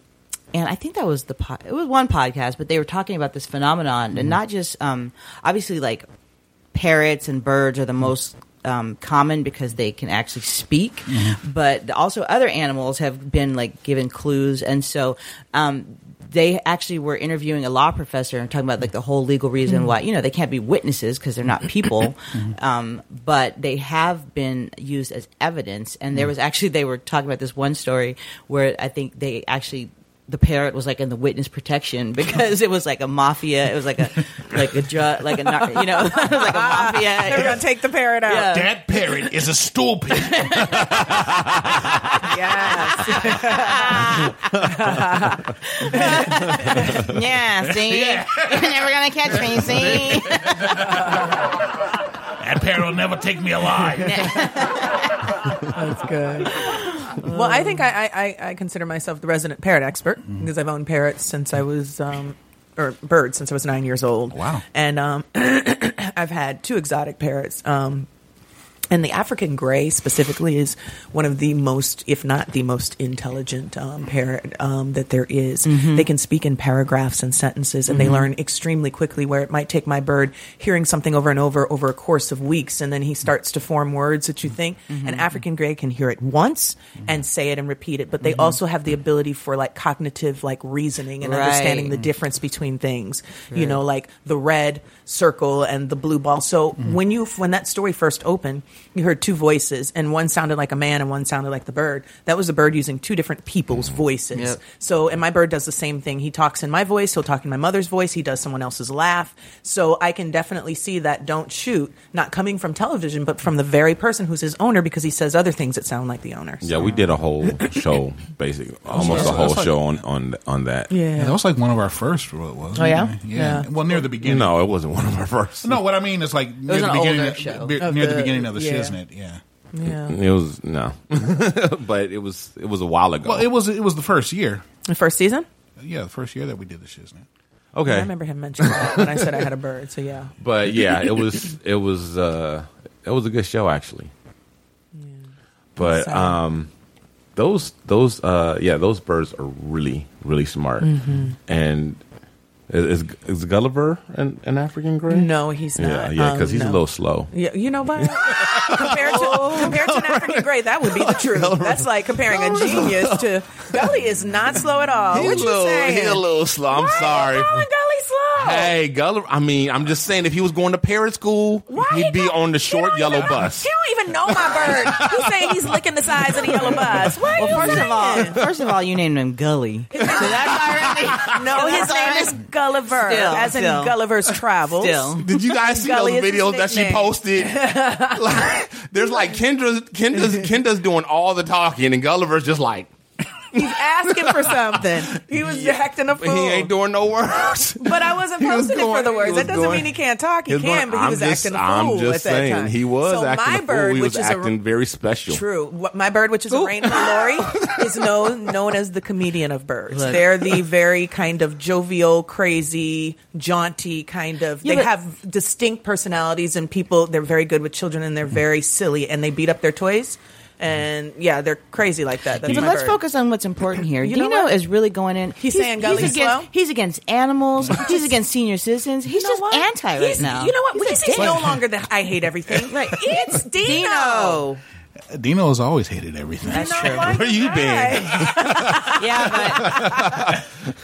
S6: and I think that was the po- it was one podcast, but they were talking about this phenomenon
S3: Mm-hmm.
S6: and not just um, obviously like parrots and birds are the most um, common because they can actually speak, but also other animals have been like given clues, and so. Um, they actually were interviewing a law professor and talking about like the whole legal reason
S16: Mhm.
S6: why you know they can't be witnesses because they're not people um, but they have been used as evidence. And there was actually they were talking about this one story where I think they actually the parrot was like in the witness protection because it was like a mafia. It was like a like a drug like a nar- you know it was like a mafia.
S4: They're gonna take the parrot out.
S6: Yeah.
S5: That parrot is a stool pigeon.
S6: yeah, see? You're never going to catch me, see?
S16: That pair will never take me alive.
S4: That's good. Well, I think I, I- I, I consider myself the resident parrot expert because I've owned parrots since I was, um, or birds since I was nine years old. Wow. And um, I've had two exotic parrots. Um, and the African gray specifically is one of the most, if not the most intelligent um, parrot um, that there is.
S17: Mhm.
S4: They can speak in paragraphs and sentences, and
S17: Mhm.
S4: they learn extremely quickly. Where it might take my bird hearing something over and over over a course of weeks, and then he starts to form words that
S17: Mm-hmm.
S4: you think. An African gray can hear it once and say it and repeat it, but they
S17: Mhm.
S4: also have the ability for like cognitive like reasoning and understanding
S17: Right.
S4: the difference between things. You
S17: Right.
S4: know, like the red circle and the blue ball. So
S3: Mm-hmm.
S17: Mhm.
S4: when you when that story first opened, you heard two voices, and one sounded like a man and one sounded like the bird. That was the bird using two different
S3: Mm-hmm.
S4: people's voices.
S17: Yep.
S4: So and my bird does the same thing. He talks in my voice. He'll talk in my mother's voice. He does someone else's laugh. So I can definitely see that don't shoot not coming from television, but from the very person who's his owner because he says other things that sound like the owner.
S3: Yeah, we did a whole show, basically, almost a
S5: That's-
S3: whole
S5: that's like-
S3: show on on on that.
S5: that was like one of our first. What it was?
S3: Oh, yeah?
S5: yeah,
S3: Yeah.
S5: Well, near the beginning.
S3: No, it wasn't one of our first.
S5: No, what I mean is like near
S17: was
S5: the
S17: an
S5: beginning.
S17: older
S5: of,
S17: show.
S5: be-
S17: Of
S5: near the,
S17: the-
S5: beginning of the
S17: yeah.
S5: shiznit. Yeah.
S4: Yeah.
S3: It was no, but it was it was a while ago.
S5: Well, it was it was the first year.
S4: The first season.
S5: Yeah, the first year that we did the shiznit.
S3: Okay.
S4: I remember him mentioning that when I said I had a bird. So yeah.
S3: but yeah, it was it was uh it was a good show actually. But
S4: Sad.
S3: um those those uh yeah, those birds are really really smart.
S4: Mhm.
S3: And is is Gulliver an, an African gray?
S4: No, he's
S3: Yeah,
S4: not.
S3: yeah, cuz
S4: Um,
S3: he's
S4: no.
S3: a little slow.
S4: Yeah, you know what? compared
S3: Oh.
S4: to compared to an African gray, that would be the truth. That's like comparing a genius to Gully is not slow at all. What
S3: He's a
S4: you
S3: little, he a
S4: saying?
S3: little slow. I'm sorry.
S4: Gully slow.
S3: Hey, Gulliver. I mean, I'm just saying, if he was going to parrot school, he'd be on the short yellow bus.
S4: He don't even know my bird. He's saying he's licking the sides of the yellow bus. What
S6: Well,
S4: are you
S6: first of all,
S4: saying?
S6: first of all, you named him Gully.
S4: no, Oh, his name is Gulliver,
S6: Still,
S4: as in
S6: still.
S4: Gulliver's Travels.
S6: Still.
S3: Did you guys see
S4: Gully
S3: those
S4: is his
S3: videos that she
S4: nickname.
S3: posted? Like, there's like Kendra's, Kendra's, Kendra's doing all the talking, and Gulliver's just like
S4: He's asking for something. He was acting a
S3: he
S4: fool.
S3: ain't doing no words.
S4: But I wasn't
S3: He was
S4: posting it for
S3: going-
S4: the
S3: he
S4: words.
S3: was
S4: That doesn't
S3: going-
S4: mean he can't talk. He
S3: His mom-
S4: can, but he
S3: I'm
S4: was
S3: just-
S4: acting a
S3: I'm
S4: fool
S3: just
S4: at that
S3: saying,
S4: time.
S3: He was
S4: so
S3: acting
S4: my
S3: a fool.
S4: bird,
S3: he was
S4: which is
S3: acting
S4: a
S3: very special.
S4: True. What- My bird, which is a rainbow lorry, is known known as the comedian of birds.
S17: Look.
S4: They're the very kind of jovial, crazy, jaunty kind of.
S17: Yeah,
S4: they
S17: but-
S4: have distinct personalities, and people. They're very good with children, and they're
S3: Mm-hmm.
S4: very silly, and they beat up their toys. And yeah, they're crazy like that. That's
S6: but
S4: my
S6: let's
S4: bird.
S6: focus on what's important here.
S4: You know
S6: Dino
S4: what?
S6: is really going in.
S4: He's saying Gully
S6: he's
S4: slow?
S6: against, he's against animals. he's against senior citizens. He's just anti right
S4: He's-
S6: now.
S4: You know what?
S6: He's a
S4: He's, he's
S6: dick.
S4: no longer the I hate everything. right. It's Dino.
S6: Dino.
S5: Dino has always hated everything.
S4: That's You know true. why
S3: Where you been?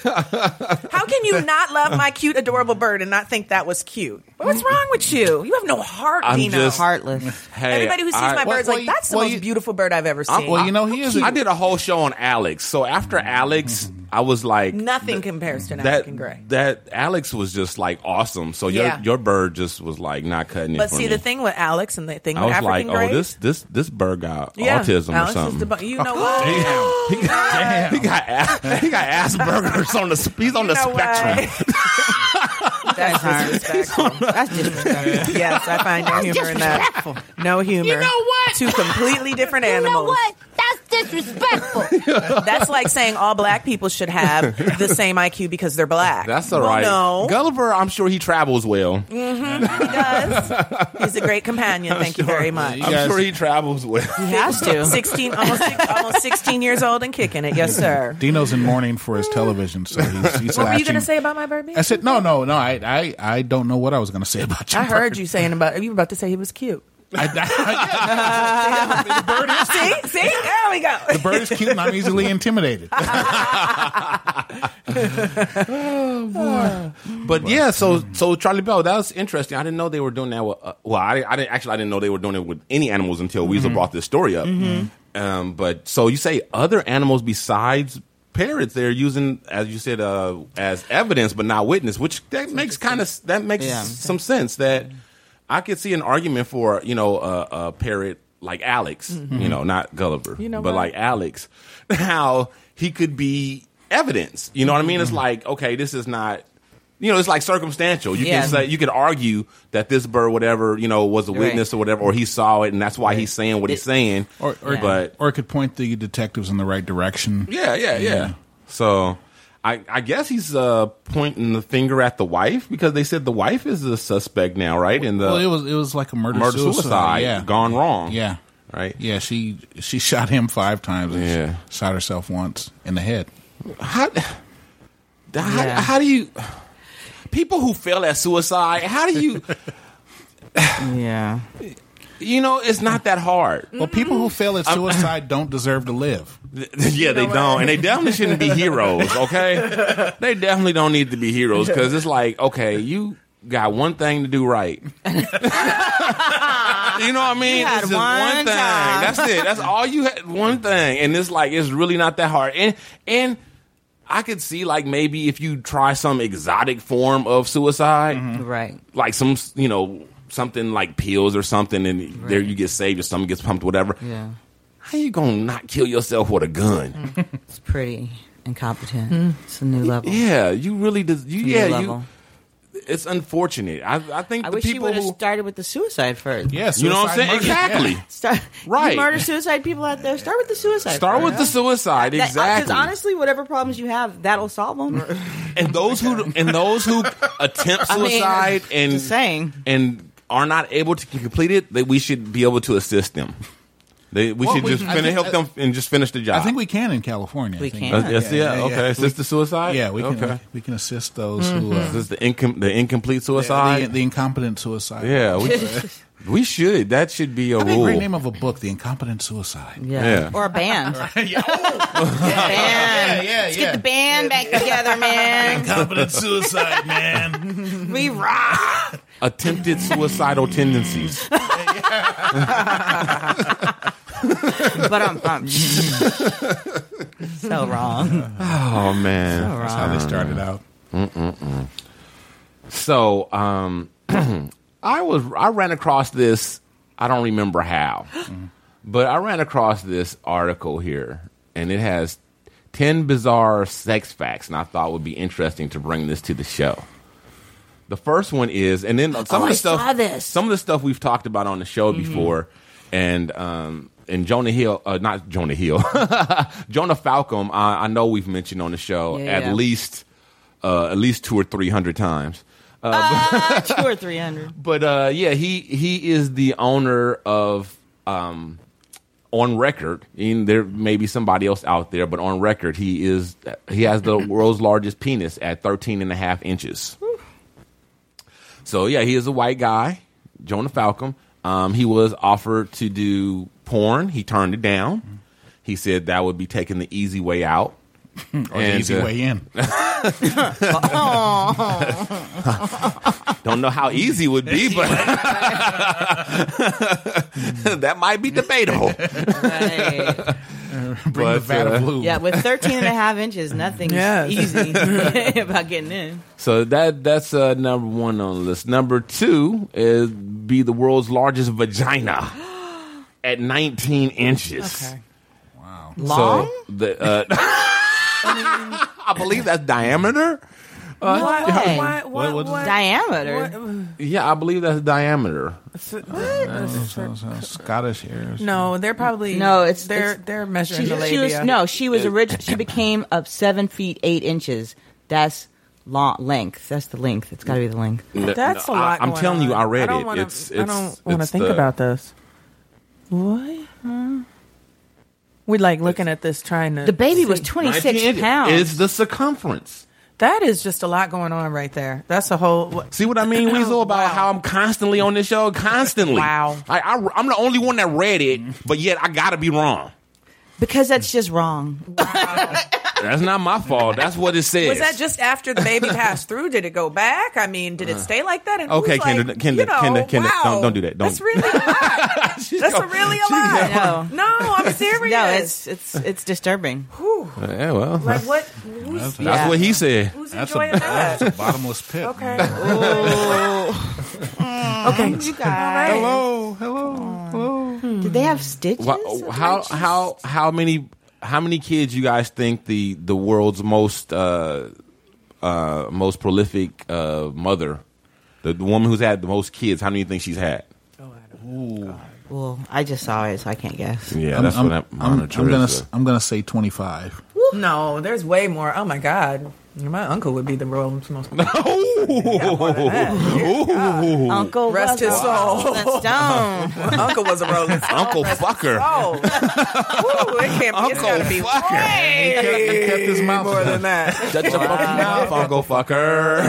S4: How can you not love my cute, adorable bird and not think that was cute? What's
S17: Mm.
S4: wrong with you? You have no heart,
S3: I'm
S4: Dino.
S3: just
S6: heartless.
S3: Hey,
S4: Everybody who sees
S3: I-
S4: my bird's like, that's the
S3: well,
S4: most
S3: you-
S4: beautiful bird I've ever
S3: I'm-
S4: seen.
S3: I did a whole show on Alex. So after Alex, I was like,
S4: Nothing compares to an
S3: that
S4: African gray.
S3: that Alex was just like awesome. So your
S4: Yeah.
S3: your bird just was like not cutting it.
S4: But
S3: for
S4: see,
S3: me.
S4: the thing with Alex and the thing
S3: I
S4: with
S3: was like,
S4: African gray.
S3: oh, this this this bird got
S4: yeah,
S3: autism or
S4: Alex Is
S3: something.
S4: the, bu- you know what?
S3: he got, he got a- he got Asperger's on the he's on the
S4: know what?
S3: spectrum.
S4: That's disrespectful. That's disrespectful. yes, I find no
S17: That's
S4: humor in that. No humor.
S17: You know what?
S4: Two completely different animals.
S17: You know what?
S4: That's disrespectful. That's like saying all black people should have the same IQ because they're black.
S3: That's all
S4: Well,
S3: right.
S4: No.
S3: Gulliver, I'm sure he travels well.
S4: hmm he does. He's a great companion. Thank you very much.
S3: I'm sure he travels well.
S4: He has to. Sixteen, almost, six, almost sixteen years old and kicking it. Yes, sir.
S5: Dino's in mourning for his television, so he's, he's
S4: What were you
S5: latching-
S4: going to say about my bird? being
S5: I said no, no, no. I, I, I don't know what I was going to say about you.
S4: I heard you saying about you were about to say he was cute. see, see, there we go.
S5: The bird is cute, and I'm easily intimidated.
S3: But yeah, so
S11: mm-hmm.
S3: so Charlie Bell, that was interesting. I didn't know they were doing that. With, uh, well, I, I didn't actually. I didn't know they were doing it with any animals until Weasel
S11: Mm-hmm.
S3: brought this story up.
S17: Mhm.
S3: Um, but so you say other animals besides parrots they're using as you said uh, as evidence but not witness which that makes kind of that makes
S17: Yeah.
S3: some sense that i could see an argument for you know a, a parrot like Alex,
S11: Mhm.
S3: you know, not Gulliver,
S11: You know
S3: but
S11: what?
S3: like Alex, how he could be evidence. You know what I mean? It's
S11: Mm-hmm.
S3: like, okay, this is not. You know, it's like circumstantial. You
S11: Yeah.
S3: can say you could argue that this bird, whatever you know, was a
S5: Right.
S3: witness or whatever, or he saw it, and that's why he's saying what he's saying.
S5: Or, Mm. or,
S3: but
S5: or it could point the detectives in the right direction.
S3: yeah, yeah, yeah. So I, I guess he's uh, pointing the finger at the wife because they said the wife is the suspect now, right? In the
S5: well, it was it was like a murder,
S3: murder suicide,
S5: Yeah,
S3: gone wrong.
S5: Yeah,
S3: right.
S5: Yeah, she she shot him five times. And yeah, shot herself once in the head.
S3: How, how, how do you people who fail at suicide? How do you?
S6: yeah,
S3: you know it's not that hard.
S5: Well, people who fail at
S3: I'm-
S5: suicide don't deserve to live.
S3: yeah, they don't, and they definitely shouldn't be heroes. Okay, they definitely don't need to be heroes because it's like, okay, you got one thing to do right. you know what I mean?
S11: You had
S3: It's just thing.
S11: one time.
S3: That's it. That's all you had. One thing, and it's like it's really not that hard. And and I could see like maybe if you try some exotic form of suicide,
S11: Mm-hmm.
S6: right?
S3: Like some you know something like pills or something, and there you get saved, your stomach gets pumped, whatever.
S6: yeah.
S3: How you gonna not kill yourself with a gun?
S6: It's Mm. pretty incompetent.
S3: Mm.
S6: It's a new level.
S3: Yeah, you really does. You,
S6: It's a new
S3: yeah,
S6: level.
S3: you. It's unfortunate. I, I think
S6: I
S3: the
S6: wish you
S3: people
S6: would have
S3: who
S6: started with the suicide first.
S3: Yes, You know what I'm suicide saying? murder. Exactly.
S6: Start,
S3: Right.
S6: You murder suicide people out there. Start with the suicide.
S3: start
S6: first.
S3: with the suicide
S6: That- uh,
S3: exactly,
S6: honestly, whatever problems you have, that'll solve them.
S3: and those who and those who attempt
S6: I mean,
S3: suicide and
S6: just saying.
S3: and are not able to complete it, that we should be able to assist them. They, we
S5: Well,
S3: should
S5: we-
S3: just
S5: I
S3: fin-
S5: think-
S3: help them and just finish the job.
S5: I think we can in California.
S3: We
S5: I think.
S3: can. Uh, yes, yeah, okay. Assist the suicide?
S5: Yeah, we can.
S3: Okay.
S5: We can assist those
S4: Mm-hmm.
S5: who
S3: Mhm.
S5: uh,
S3: Assist the incom- the incomplete
S5: the,
S3: suicide?
S5: the, incompetent suicide.
S3: yeah, we, we should. That should be a
S5: That'd be a
S3: rule.
S5: great name of a book, The Incompetent Suicide.
S3: Yeah.
S6: Or a band.
S5: yeah.
S6: band. Let's get the band back together, man.
S5: Incompetent suicide, man.
S6: we rock.
S3: Attempted suicidal tendencies.
S6: but I'm, I'm so wrong.
S3: Oh man,
S6: So That's how they wrong. started
S5: out.
S3: Mm-mm-mm. So, um, I was I ran across this. I don't remember how,
S6: Mm-hmm.
S3: but I ran across this article here, and it has ten bizarre sex facts, and I thought would be interesting to bring this to the show. The first one is, and then some
S11: Oh,
S3: of
S11: I
S3: the stuff,
S11: saw this. Mm-hmm.
S3: some of the stuff we've talked about on the show before, and um, and Jonah Hill, uh, not Jonah Hill, Jonah Falcom. I, I know we've mentioned on the show
S6: Yeah,
S3: at
S6: yeah.
S3: least uh, at least two or three hundred times. Uh,
S6: Uh, two or three hundred.
S3: but uh, yeah, he he is the owner of um, on record. And there may be somebody else out there, but on record, he is he has the world's largest penis at 13 and a half inches. So yeah, he is a white guy, Jonah Falcom. Um, he was offered to do porn. He turned it down. He said that would be taking the easy way out.
S5: Or the
S3: And,
S5: easy
S3: uh,
S5: way in.
S1: oh.
S3: Don't know how easy it would be, but that might be debatable. uh,
S5: Bring the vat of lube.
S6: Yeah, with 13 and a half inches, nothing's
S3: Yes.
S6: easy about getting in.
S3: So that that's uh, number one on the list. Number two is be the world's largest vagina at 19 inches. Wow.
S11: Long?
S3: So the, uh, I believe that's diameter. Uh,
S11: Why-
S3: yeah.
S11: why- why- What- what- why-
S6: Diameter.
S3: Yeah, I believe that's diameter.
S5: Scottish hair.
S4: Uh, No, Oh, they're probably
S6: No, it's
S4: they're
S6: it's-
S4: they're measuring
S6: she,
S4: the labia.
S6: she was, no, she was
S4: It-
S6: original. She became of seven feet eight inches. That's long length. That's the length. It's got to be the length.
S3: No,
S4: That's
S3: no,
S4: a lot
S3: I, am
S4: going
S3: telling you,
S4: on.
S3: I read
S4: I don't
S3: it.
S4: wanna-
S3: it's,
S4: I
S3: it's,
S4: don't wanna
S3: it's
S4: think
S3: the-
S4: about this. What? We're like looking at this trying to.
S6: The baby was 26 pounds.
S3: Is the circumference.
S4: That is just a lot going on right there. That's a whole. What,
S3: See what I mean, Weasel, about how I'm constantly on this show? Constantly. Wow. I, I, I'm the only one that read it, but yet I gotta be wrong.
S6: Because that's just wrong.
S3: That's not my fault. That's what it says.
S4: was that just after the baby passed through? Did it go back? I mean, did it
S3: Uh.
S4: stay like that? And
S3: Okay,
S4: who's like,
S3: Kendra, Kendra,
S4: you know,
S3: Kendra, Kendra,
S4: wow,
S3: don't, don't do that. Don't.
S4: That's really a lot. that's a really a lot.
S6: No.
S4: No, I'm serious.
S6: No, it's it's it's disturbing.
S3: yeah, well,
S4: Like what?
S3: That's,
S4: Who's,
S6: Yeah.
S3: what he said.
S4: Who's That's a- enjoying that? that's a
S5: bottomless pit.
S4: Okay.
S6: okay.
S4: okay.
S6: You guys.
S4: Hello. Hello. Hello.
S6: Did they have stitches?
S3: Wha- how how how many how many kids you guys think the the world's most uh uh most prolific uh mother the, the woman who's had the most kids how many do you think she's had
S6: Well, I just saw it, so I can't guess.
S3: Yeah,
S5: I'm,
S3: that's
S5: I'm,
S3: what that
S5: I'm,
S3: monitor
S5: I'm
S3: is,
S5: gonna
S3: though.
S5: s- I'm gonna say 25.
S4: No, there's way more. Oh my god, my uncle would be the world's most.
S3: Oh.
S4: No,
S6: Uncle
S4: rest his
S6: was a
S4: soul.
S6: Rolling Stone.
S4: Uncle was a Rolling Stone.
S3: Uncle fucker.
S4: Oh, Ooh, it can't be. It's gotta be way
S3: He kept his mouth
S4: more than that.
S3: Shut your fucking mouth, Uncle Fucker.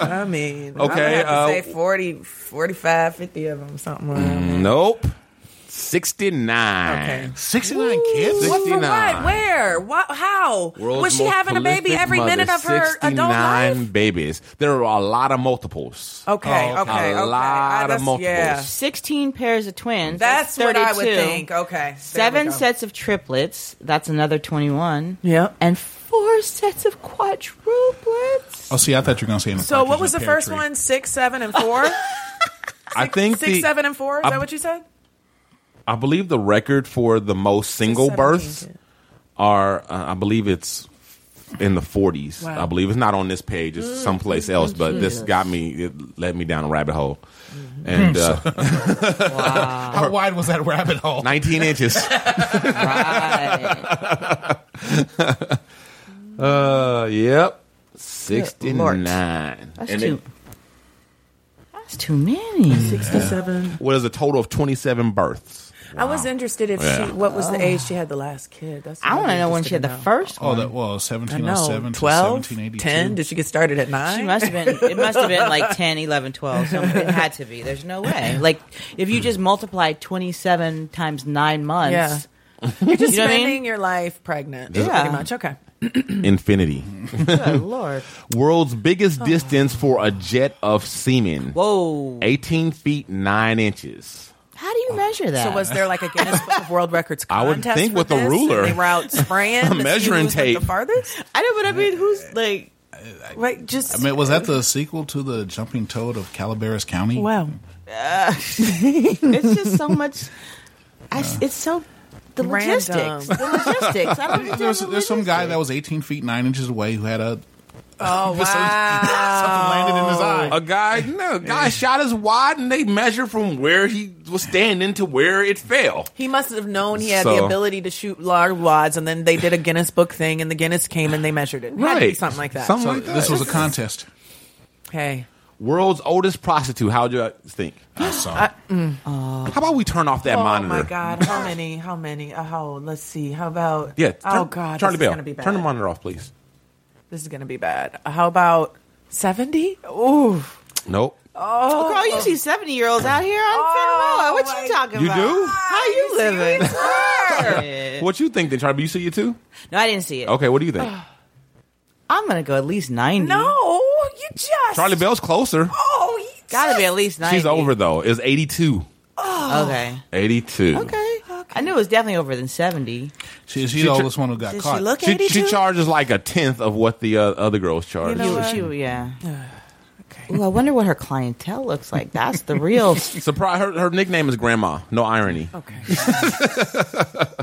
S4: I mean,
S3: Okay,
S4: okay,
S3: uh,
S4: I
S3: Mm.
S4: would have to say 40, 45, 50 of them, something like that.
S3: nope. 69.
S4: Okay.
S3: 69 kids?
S4: What for
S3: 69.
S4: what? Where? What? How?
S3: World's
S4: was she
S3: most
S4: having a baby
S3: prolific
S4: every
S3: mother,
S4: minute of her adult life?
S3: 69 babies. There are a lot of multiples.
S4: Okay,
S3: A
S4: okay, okay.
S3: lot
S4: I-
S3: of
S4: that's-
S3: multiples.
S4: yeah.
S6: 16 pairs of twins.
S4: That's what I would
S6: 32.
S4: think. Okay.
S6: Seven sets of triplets. That's another 21.
S4: Yeah.
S6: And four sets of quadruplets.
S5: Oh, see, I thought you were gonna say.
S4: So what was the first one? Six, seven, and four.
S3: I think
S4: Six,
S3: the,
S4: seven, and four. Is
S3: I-
S4: that what you said?
S3: I believe the record for the most single
S4: 17
S3: births are, uh, I believe it's in the 40s.
S4: Wow. Mm-hmm.
S3: I believe it's not on this page, it's someplace else, but this
S4: Jesus.
S3: got me, it led me down a rabbit hole.
S4: Mm-hmm.
S3: And uh,
S5: How wide was that rabbit hole?
S3: 19 inches. uh, yep. 69.
S6: That's
S3: And
S6: too-
S3: it- Hmm.
S6: That's too many.
S4: 67.
S3: what is a total of 27 births?
S4: I was interested if
S3: Yeah.
S4: she. What was
S6: Oh.
S4: the age she had the last kid? That's what
S6: I
S4: I'd
S6: want to
S4: be
S6: know when
S4: interested
S6: she had the
S4: to know.
S6: first
S5: Oh,
S6: one.
S5: that well,
S4: I know.
S5: 1707 to
S4: 12,
S5: 1782.
S4: 10? Did she get started at nine?
S6: She must have been. It must have been like 10, 11, 12. So it had to be. There's no way. Like if you just multiply twenty seven times nine months.
S4: Yeah. You're just
S6: You know what I
S4: spending
S6: mean?
S4: your life pregnant.
S3: Yeah.
S4: Pretty much. Okay.
S3: Infinity.
S6: Good lord.
S3: World's biggest distance for a jet of semen.
S6: Whoa.
S3: 18 feet 9 inches.
S6: How do you measure that?
S4: So was there like a Guinness Book of World Records
S3: I
S4: contest?
S3: would think
S4: for
S3: with a
S4: this?
S3: ruler.
S4: And they were out spraying,
S3: A
S4: to see
S3: measuring
S4: who was, like,
S3: tape.
S4: the farthest.
S6: I know, but I mean, who's like?
S4: Wait, just
S5: I mean, was that the sequel to the Jumping Toad of Calaveras County?
S4: Wow.
S6: Uh, it's just so much. I s it's so the
S4: Random.
S6: logistics. The logistics. I don't understand.
S5: There's,
S6: the
S5: there's some guy that was 18 feet 9 inches away who had a
S4: Oh wow!
S5: landed in his eye.
S3: Oh. A guy, no, a guy shot as wide and they measure from where he was standing to where it fell.
S4: He must have known he had the
S3: So-
S4: ability to shoot large wads, and then they did a Guinness Book thing, and the Guinness came and they measured it. It had to be
S3: Right.
S4: something like that.
S3: Something
S4: So-
S3: like that.
S5: This was a contest.
S4: Hey,
S3: World's oldest prostitute. How'd you think?
S5: I saw.
S4: I- mm.
S3: How about we turn off that
S4: oh
S3: monitor?
S4: my god! How many? How many? Uh, how? Let's see. How about?
S3: Yeah. Turn,
S4: oh god!
S3: Charlie
S4: this
S3: Bell.
S4: Is gonna be bad.
S3: Turn the monitor off, please.
S4: This is gonna be bad. Uh, How about seventy? Ooh.
S3: Nope.
S6: Oh, girl, you see seventy year olds out here on
S4: Oh,
S6: Federal. Road. What
S4: my
S6: you talking
S3: You
S6: about?
S3: do?
S6: How you, living? Yeah.
S3: What you think then, Charlie? You see it too?
S6: No, I didn't see it.
S3: Okay, what do you think?
S6: I'm gonna go at least ninety.
S4: No, you just
S3: Charlie Bell's closer.
S4: Oh, you
S6: gotta be at least ninety.
S3: She's over though. It's 82.
S6: Okay.
S3: 82.
S6: Okay. I knew it was definitely over than seventy.
S5: She, she's
S3: She
S5: the
S3: tra-
S5: oldest one who got
S6: Does she
S5: caught.
S6: look
S3: She,
S6: 82?
S3: she charges like a tenth of what the uh, other girls charge.
S6: You know she, yeah. Ooh, I wonder what her clientele looks like. That's the real.
S3: Surprise! Her, her nickname is Grandma. No irony.
S4: Okay.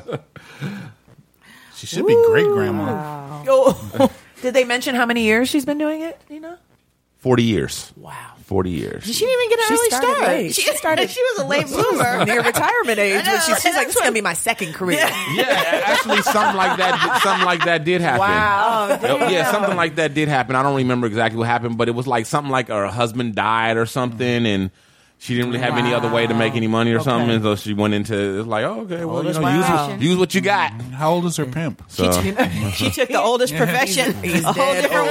S5: she should be great grandma.
S4: Oh. Did they mention how many years she's been doing it? You know?
S3: Forty years.
S4: Wow.
S3: Forty years.
S6: she didn't even get an
S4: She
S6: early
S4: started
S6: start.
S4: late.
S6: She started. She was a late bloomer.
S4: Near retirement age.
S6: I
S4: when she,
S6: know,
S4: she's like, this is going to be my second career.
S3: Yeah, actually, something like that. Something like that did happen.
S4: Wow.
S3: Yep, yeah, something like that did happen. I don't remember exactly what happened, but it was like something like her husband died or something, and she didn't really have any other way to make any money or something, and so she went into it's like, oh, okay, well, you
S6: Oldest
S3: know, use,
S6: profession.
S3: what, use what you got.
S5: How old is her pimp?
S3: So,
S6: she took the oldest profession
S4: he's
S6: a whole
S4: dead
S6: different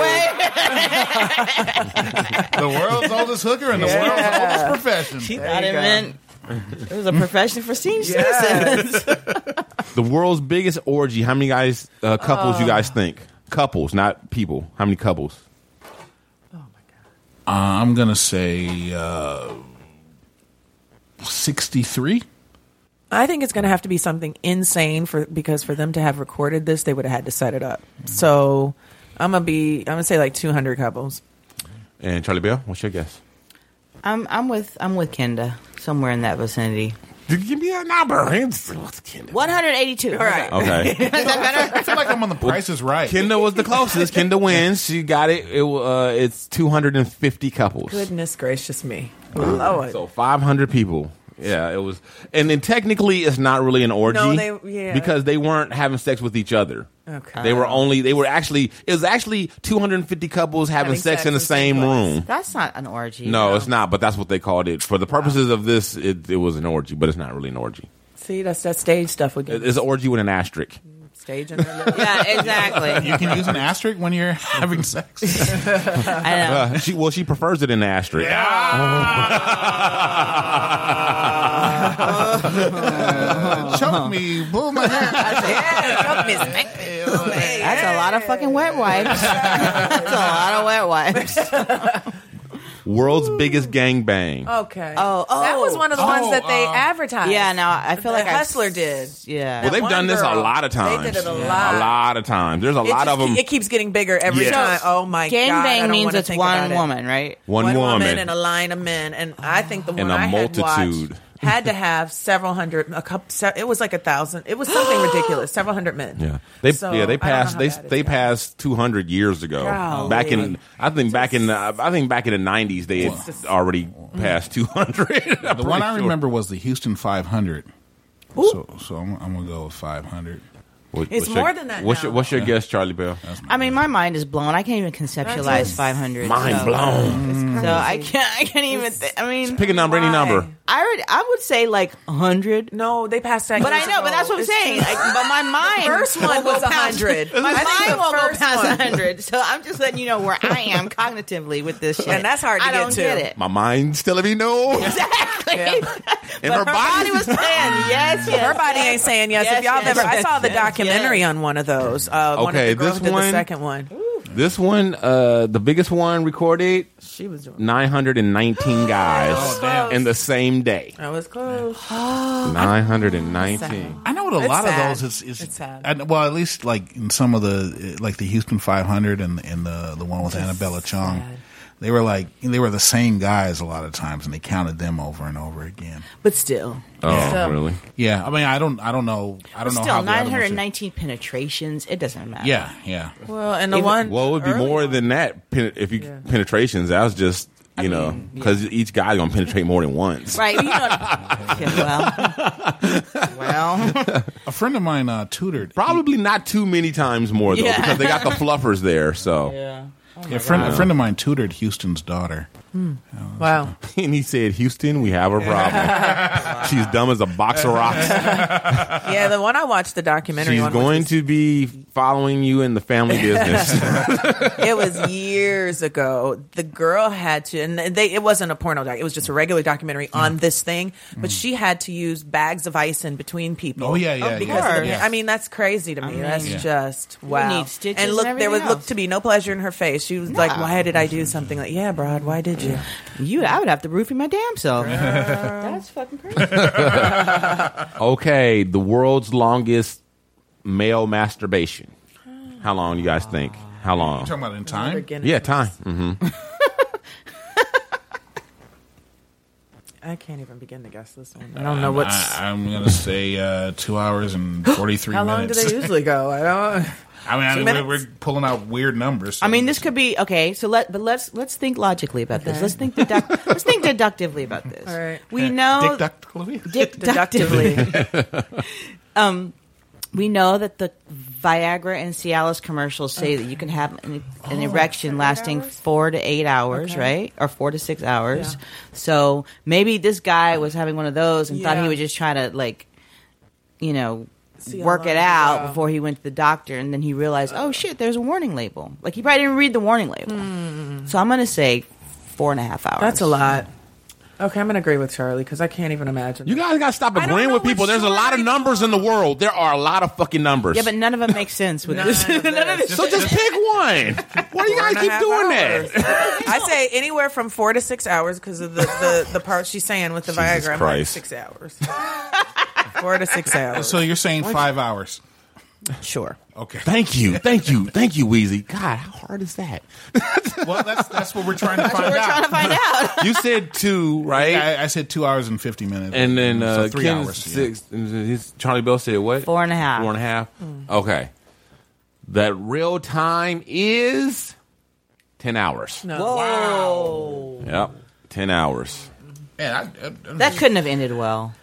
S4: old.
S6: way.
S5: the world's oldest hooker and the world's oldest profession.
S6: She thought it
S4: go.
S6: meant it was a profession for senior citizens.
S3: the world's biggest orgy. How many guys, uh, couples, you guys think? Couples, not people. How many couples? Oh,
S5: Uh, I'm gonna say uh, 63.
S4: I think it's going to have to be something insane for because for them to have recorded this, they would have had to set it up.
S6: Mm-hmm.
S4: So I'm going to be, I'm going to say like 200 couples.
S3: And Charlie Bell, what's your guess?
S6: I'm I'm with I'm with Kenda somewhere in that vicinity.
S3: Give me that number.
S6: One hundred eighty-two. All right.
S3: Okay.
S5: I feel like I'm on the Price is Right.
S3: Kendall was the closest. Kendall wins. She got it. it uh, it's 250 couples.
S4: Goodness gracious me. Lord.
S3: So 500 people. Yeah, it was. And then technically, it's not really an orgy.
S4: No, they- yeah.
S3: Because they weren't having sex with each other.
S4: Okay.
S3: They were only, they were actually, it was actually 250 couples having, sex, in the same room.
S6: That's not an orgy.
S3: No, it's not, but that's what they called it. For the purposes of this, it, it was an orgy, but it's not really an orgy.
S4: See, that's that stage stuff again.
S3: It- It's an orgy with an asterisk.
S4: stage. And yeah,
S6: exactly.
S5: You can use an asterisk when you're having sex.
S3: Uh, she, well, she prefers it in the asterisk.
S5: Choke me, blow my
S6: That's a lot of fucking wet wipes. That's a lot of wet wipes.
S3: World's biggest gangbang.
S4: Okay.
S6: Oh, oh, uh,
S4: That was one of the ones that they advertised.
S6: Yeah, no, I feel like
S4: the
S6: I've
S4: Hustler did.
S6: Yeah.
S3: Well, they've done this a lot of times.
S4: They did it a
S3: A
S4: lot.
S3: lot of times. There's a
S4: It
S3: lot
S4: just
S3: of them.
S4: ke- It keeps getting bigger every
S3: Yes.
S4: time. Oh my
S6: Gangbang
S4: god! I don't
S6: means
S4: wanna
S6: it's
S4: think
S6: one
S4: about it.
S6: woman, right?
S3: One woman.
S4: and a line of men, and I think the one
S3: And a
S4: I had
S3: multitude.
S4: watched had to have several hundred. A couple. se- It was like a thousand. It was something ridiculous. Several hundred men.
S3: yeah, they
S4: So,
S3: yeah
S4: I
S3: they
S4: don't know
S3: passed
S4: how
S3: they
S4: bad it
S3: they passed 200 years ago.
S4: Golly.
S3: Back in I think back in the, I think back in the 90s they had already passed 200. I'm
S5: The one
S3: pretty
S5: I
S3: sure.
S5: remember was the Houston 500. So, so I'm, I'm gonna go with 500.
S3: What-
S6: It's
S3: what's your-
S6: more than that
S3: What's your
S6: now.
S3: what's your guess, Charlie Bell?
S6: I mean, my mind is blown. I can't even conceptualize 500.
S3: Mind
S6: so.
S3: blown.
S6: So I can't. I can't even. Th- I mean,
S3: Pick a number, any number.
S6: I would. I would say like hundred.
S4: No, they passed that.
S6: But I
S4: years
S6: know. But
S4: ago.
S6: that's what I'm
S4: It's
S6: saying.
S4: just-
S6: Like, but my
S4: The
S6: mind.
S4: first one
S6: won't go
S4: was a
S6: past-
S4: 100.
S6: My
S4: I think the
S6: mind won't go
S4: first one-
S6: past hundred. So I'm just letting you know where I am cognitively with this shit.
S4: And that's hard to
S6: I
S4: get
S6: don't
S4: to.
S6: get it.
S3: My mind's telling me no.
S6: Exactly.
S3: And her body
S6: was saying yes, yes.
S4: Her body ain't saying yes. if
S6: Yes,
S4: y'all
S6: yes,
S4: ever, I
S6: yes,
S4: saw the
S6: yes,
S4: documentary
S6: yes.
S4: on one of those. Uh, one of
S3: Okay,
S4: the girls
S3: this
S4: did
S3: one-
S4: the second one.
S3: This one, uh, the biggest one recorded.
S4: She was doing-
S3: 919 guys
S4: Oh, damn.
S3: in the same day.
S4: That was close.
S3: 919.
S5: I know what a
S4: It's
S5: lot
S4: sad.
S5: of those is. is
S4: It's sad.
S5: I, well, at least like in some of the like the Houston 500 and and the the one with Annabella Chong, they were like they were the same guys a lot of times, and they counted them over and over again.
S6: But still.
S3: Oh,
S6: Still.
S3: really?
S5: Yeah, I mean, I don't, I don't know, I don't know
S6: Still,
S5: how the other ones are-
S6: 919 penetrations. It doesn't matter.
S5: Yeah, yeah.
S4: Well, and the
S6: Even-
S4: one.
S3: Well, it would be
S4: early-
S3: more than that pen- if you penetrations. That was just, you know, because each guy's going to penetrate more than once.
S6: Right. You know, yeah, well, well.
S5: A friend of mine uh, tutored.
S3: Probably not too many times more, though,
S6: Yeah.
S3: because they got the fluffers there. So,
S4: Oh
S5: Yeah, a friend, a friend of mine tutored Houston's daughter.
S4: Wow.
S3: and he said, Houston, we have a problem. She's dumb as a box of rocks.
S4: Yeah, the one I watched the documentary
S3: She's
S4: one. was-
S3: going to be following you in the family business.
S4: it was years ago. The girl had to, and they it wasn't a porno doc. It was just a regular documentary on this thing. But she had to use bags of ice in between people.
S5: Oh, yeah, yeah,
S4: because
S5: yeah,
S4: of the-
S5: yeah.
S4: I mean, that's crazy to me. that's
S5: Yeah.
S4: just wow.
S6: need stitches
S4: and look,
S6: and
S4: there was
S6: everything
S4: looked
S6: else.
S4: to be no pleasure in her face. She was like, "Why did I do something like? Yeah, Brad, why did you?
S6: You, I would have to roofie my damn self. That's fucking crazy.
S3: Okay, the world's longest male masturbation. How long you guys think? How long?
S5: Talking about in time.
S3: Yeah, time. hmm
S4: I can't even begin to guess this one. I don't know
S5: what
S4: what's.
S5: I, am gonna say uh, two hours and forty three
S4: how long do
S5: minutes.
S4: they usually go? I don't.
S5: I mean, I
S4: Two
S5: mean
S4: minutes?
S5: we're, we're pulling out weird numbers. so-
S6: I mean, this could be okay. So let, but let's let's think logically about this. Let's think deduct, let's think deductively about this.
S4: All right.
S6: We know
S5: Deductively?
S6: Dick-
S4: Deductively.
S6: um, we know that the Viagra and Cialis commercials say that you can have an, an erection lasting four to eight hours,
S4: Oh. Okay.
S6: right? Or four to six hours.
S4: Yeah.
S6: So maybe this guy was having one of those and thought
S4: Yeah.
S6: he was just trying to like, you know.
S4: See how
S6: work
S4: long
S6: it
S4: it
S6: out
S4: go.
S6: before he went to the doctor, and then he realized, oh shit, there's a warning label. Like he probably didn't read the warning label. So I'm gonna say four and a half hours.
S4: Hmm. That's a lot. Okay, I'm gonna agree with Charlie because I can't even imagine.
S3: You guys got to stop
S4: I don't
S3: agreeing
S4: know
S3: with people.
S4: what
S3: There's a lot of
S4: story-
S3: numbers in the world. There are a lot of fucking numbers.
S6: Yeah, but none of them make sense with this.
S4: None of
S6: None of this.
S3: so just pick one. Why do you guys keep doing that?
S4: I say anywhere from four to six hours because of the, the, the part she's saying with the
S3: Jesus
S4: Viagra. I'm like,
S3: Christ.
S4: six hours. four to six hours.
S5: so you're saying five hours?
S1: Sure.
S5: Okay.
S3: Thank you. Thank you. Thank you, Wheezy. God, how hard is that?
S5: well, that's that's what we're trying to find out.
S6: Trying to find out.
S3: You said two, right?
S5: I, I said two hours and fifty minutes,
S3: And then uh,
S5: so three
S3: Ken
S5: hours. yeah.
S3: Six, and his- Charlie Bell said what?
S6: Four and a half.
S3: Four and a half. Okay. That real time is ten hours.
S1: No.
S4: Oh.
S6: Whoa.
S3: Yep, ten hours.
S5: Man, I,
S6: that couldn't have ended well.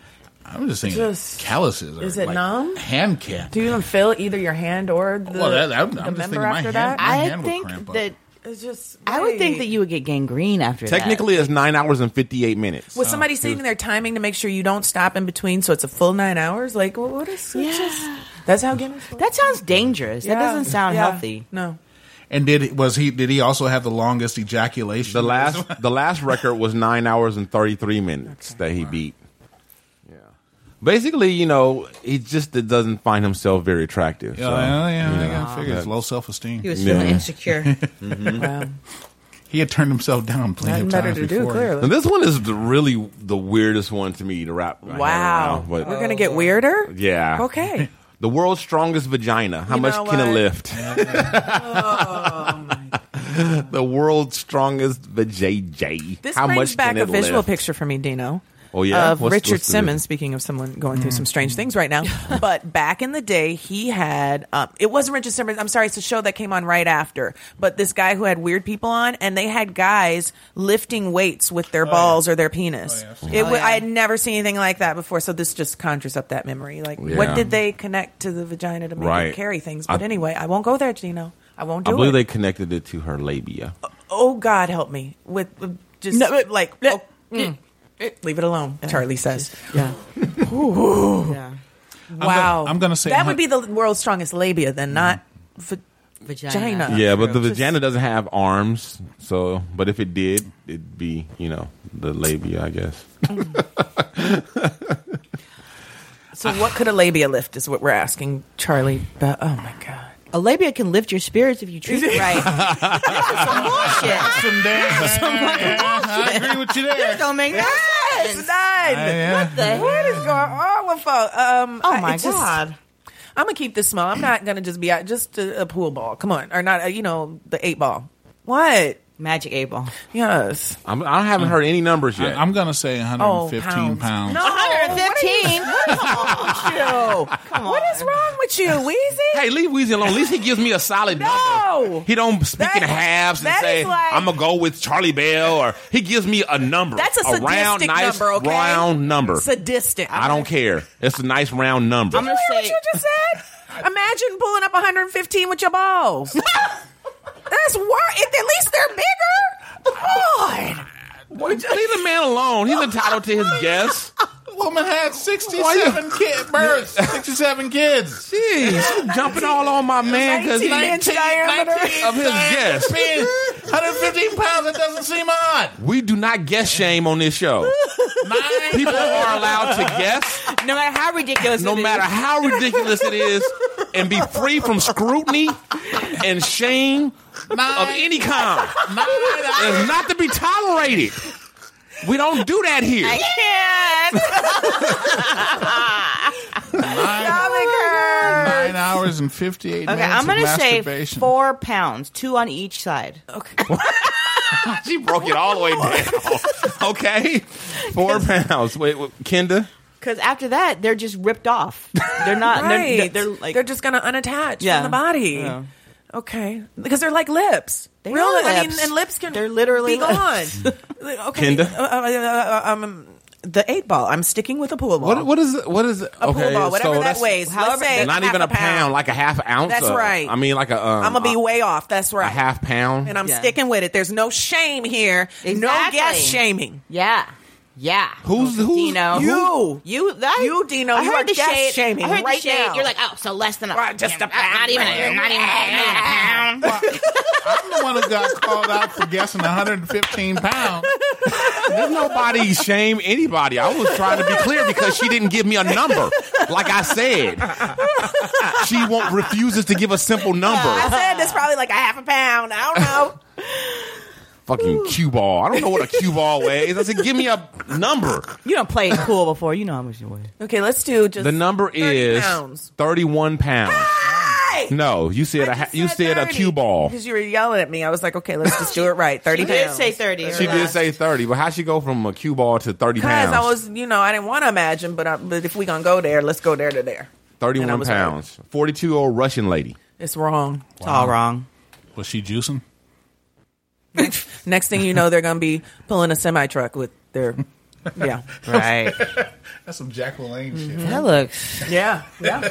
S5: I'm just thinking
S4: Just-
S5: calluses. Are
S4: Is it
S5: like
S4: numb?
S5: Hand can.
S4: Do you even feel either your hand or the,
S5: Well, that- I'm-
S4: the
S5: I'm just
S4: member
S5: thinking my
S4: after
S5: hand-
S4: that?
S5: my
S6: I
S5: hand would
S6: think
S5: cramp up.
S6: that
S4: It's just.
S6: I would think
S4: wait.
S6: that you would get gangrene after that.
S3: Technically, it's nine hours and fifty-eight minutes.
S5: Oh,
S4: Was somebody sitting there timing to make sure you don't stop in between, so it's a full nine hours? Like, wh- what is it's just? That's how Guinness.
S6: That sounds dangerous. That doesn't sound healthy.
S4: No.
S5: And did was he? Did he also have the longest ejaculation?
S3: The last the last record was nine hours and thirty three minutes that he beat. Yeah. Basically, you know, he just doesn't find himself very attractive.
S5: Yeah,
S3: so,
S5: yeah, yeah,
S3: you
S5: I
S3: know,
S5: gotta figure it's
S3: that-
S5: low self esteem.
S6: He was feeling insecure.
S5: Mm-hmm.
S4: Wow.
S5: He had turned himself down plenty of
S4: Nothing better
S5: times
S4: to do,
S5: before.
S4: clearly.
S3: And this one is the, really the weirdest one to me to wrap. my head
S4: Wow.
S3: around, but
S4: We're gonna get weirder.
S3: yeah.
S4: Okay.
S3: The world's strongest vagina. How
S4: You
S3: much
S4: know
S3: can it
S4: what? Oh,
S3: lift? the world's strongest vajayjay.
S4: This
S3: How
S4: brings
S3: much
S4: back
S3: can it
S4: a visual
S3: lift?
S4: picture for me, Dino.
S3: Oh, yeah?
S4: of
S3: What's-
S4: Richard
S3: what's the- Mm.
S4: Simmons. Speaking of someone going through some strange things right now, but back in the day, he had um, it wasn't Richard Simmons. I'm sorry, it's a show that came on right after, but this guy who had weird people on, and they had guys lifting weights with their balls or their penis. it, wa- I had never seen anything like that before, so this just conjures up that memory. Like,
S3: Yeah.
S4: what did they connect to the vagina to make
S3: Right.
S4: it carry things?
S3: I-
S4: But anyway, I won't go there, Dino. I won't do
S3: I believe
S4: it
S3: they connected it to her labia.
S4: oh God, help me with, with just
S1: No, but-
S4: like oh, mm, leave it alone. Charlie says,
S1: Yeah.
S4: Ooh.
S6: Yeah.
S4: "Wow,
S5: I'm gonna say
S4: that
S5: hun-
S4: would be the world's strongest labia, then not v-
S6: Vagina.
S4: vagina."
S3: yeah, but the
S4: Just-
S3: vagina doesn't have arms. So, but if it did, it'd be you know the labia, I guess.
S4: So, what could a labia lift? Is what we're asking, Charlie. But oh my God,
S6: A labia can lift your spirits if you treat it right. That's some bullshit.
S5: Some damn. I agree with you there.
S6: Don't make that.
S4: Yes, nine.
S5: Yeah.
S6: The
S4: What is going on with folks? Um,
S6: Oh
S4: I-
S6: my
S4: it just-
S6: god.
S4: I'm gonna keep this small. I'm not gonna just be out just a, a pool ball. Come on, or not? uh you know, the eight ball. What?
S6: Magic eight ball.
S4: Yes.
S3: I'm, I haven't heard any numbers yet.
S5: I, am gonna say
S4: Oh,
S5: 115
S4: pounds.
S5: pounds.
S4: No,
S6: 115.
S4: Come on. What is wrong with you, Weezy?
S3: hey, leave Weezy alone. At least he gives me a solid number.
S4: No.
S3: He don't speak in
S4: That-
S3: halves and
S4: that
S3: say
S4: is like-
S3: I'm gonna go with Charlie Bell, or he gives me a number.
S4: That's a sadistic
S3: round, nice
S4: number, okay?
S3: round number.
S4: Sadistic.
S3: I don't care. It's a nice round number.
S6: I'm gonna
S4: Hear what
S6: say
S4: you just said? Imagine pulling up 115 with your balls. That's worse. At least they're bigger. God.
S3: Leave the man alone. He's entitled to his guess.
S5: Woman had 67 kid births. 67 kids.
S3: Jeez, you jumping all on my man because
S4: 19 inch diameter.
S3: of his guess.
S5: Man, 115 pounds. That doesn't seem odd.
S3: We do not guess shame on this show. People are allowed to guess,
S6: no matter how ridiculous
S3: no
S6: it is.
S3: matter how ridiculous it is, and be free from scrutiny and shame of any kind. It's not to be tolerated. We don't do that here.
S6: I can't.
S5: Nine hours and 58
S6: Okay,
S5: minutes
S6: I'm gonna
S5: of
S6: say
S5: masturbation.
S6: four pounds, two on each side.
S3: She broke it all the way down. Okay, four pounds. Wait, wait Kenda.
S6: Because after that, they're just ripped off. They're not.
S4: Right.
S6: they're, they're like
S4: they're just gonna unattach
S6: Yeah.
S4: from the body.
S6: Yeah.
S4: Okay, because they're like lips.
S6: They
S4: Real
S6: are
S4: lips. I mean,
S6: lips.
S4: and lips can
S6: They're literally
S4: be
S6: lips.
S4: gone. okay,
S3: Kinda?
S4: Uh, uh, uh, um, the eight ball. I'm sticking with a pool ball.
S3: What what is what is a
S4: pool ball, whatever that weighs.
S3: How
S4: Let's say
S3: not
S4: half
S3: even
S4: a
S3: a pound,
S4: pound.
S3: like a half ounce.
S4: That's
S3: of-
S4: right.
S3: I mean, like a um,
S4: I'm gonna be
S3: a,
S4: way off. That's
S3: a
S4: right.
S3: half pound.
S4: and I'm
S6: Yeah.
S4: sticking with it. There's no shame here. No
S6: Exactly.
S4: guess shaming.
S6: yeah, yeah.
S3: who's who's
S6: Dino?
S4: You.
S6: You, that,
S4: You, Dino,
S6: I
S4: you
S6: heard
S4: are
S6: the
S4: guest
S6: shade.
S4: shaming
S6: I heard
S4: right
S6: the shade.
S4: now.
S6: You're like, oh, so less than a
S4: Right, just a
S6: yeah, Not even, a, not even, a- not even a pound.
S5: I'm the one who got called out for guessing 115 pounds.
S3: There's nobody shame anybody. I was trying to be clear because she didn't give me a number, like I said. She won't refuses to give a simple number.
S4: I said that's probably like a half a pound. I don't know.
S3: fucking cue ball. I don't know what a cue ball weighs. I said, give me a number.
S6: You don't play it cool before. You know how much you weigh.
S4: Okay, let's do just
S3: the number
S4: 30
S3: is
S4: pounds.
S3: thirty-one pounds. No, you said, a, ha- you said a cue ball.
S4: because you were yelling at me. I was like, okay, let's just do it right. Thirty.
S6: did
S4: pounds.
S6: say 30,
S3: She did say thirty, but how she go from a cue ball to thirty
S4: Because
S3: pounds?
S4: I was, you know, I didn't want to imagine, but I, but if we gonna go there, let's go there to there. and I
S3: Thirty-one
S4: was
S3: pounds. Forty-two-year-old Russian lady.
S4: It's wrong. It's
S5: all
S6: wrong.
S5: Was she juicing?
S4: Next thing you know, they're gonna be pulling a semi truck with their, yeah,
S5: That's some Jacqueline shit.
S6: That looks.
S4: yeah, yeah.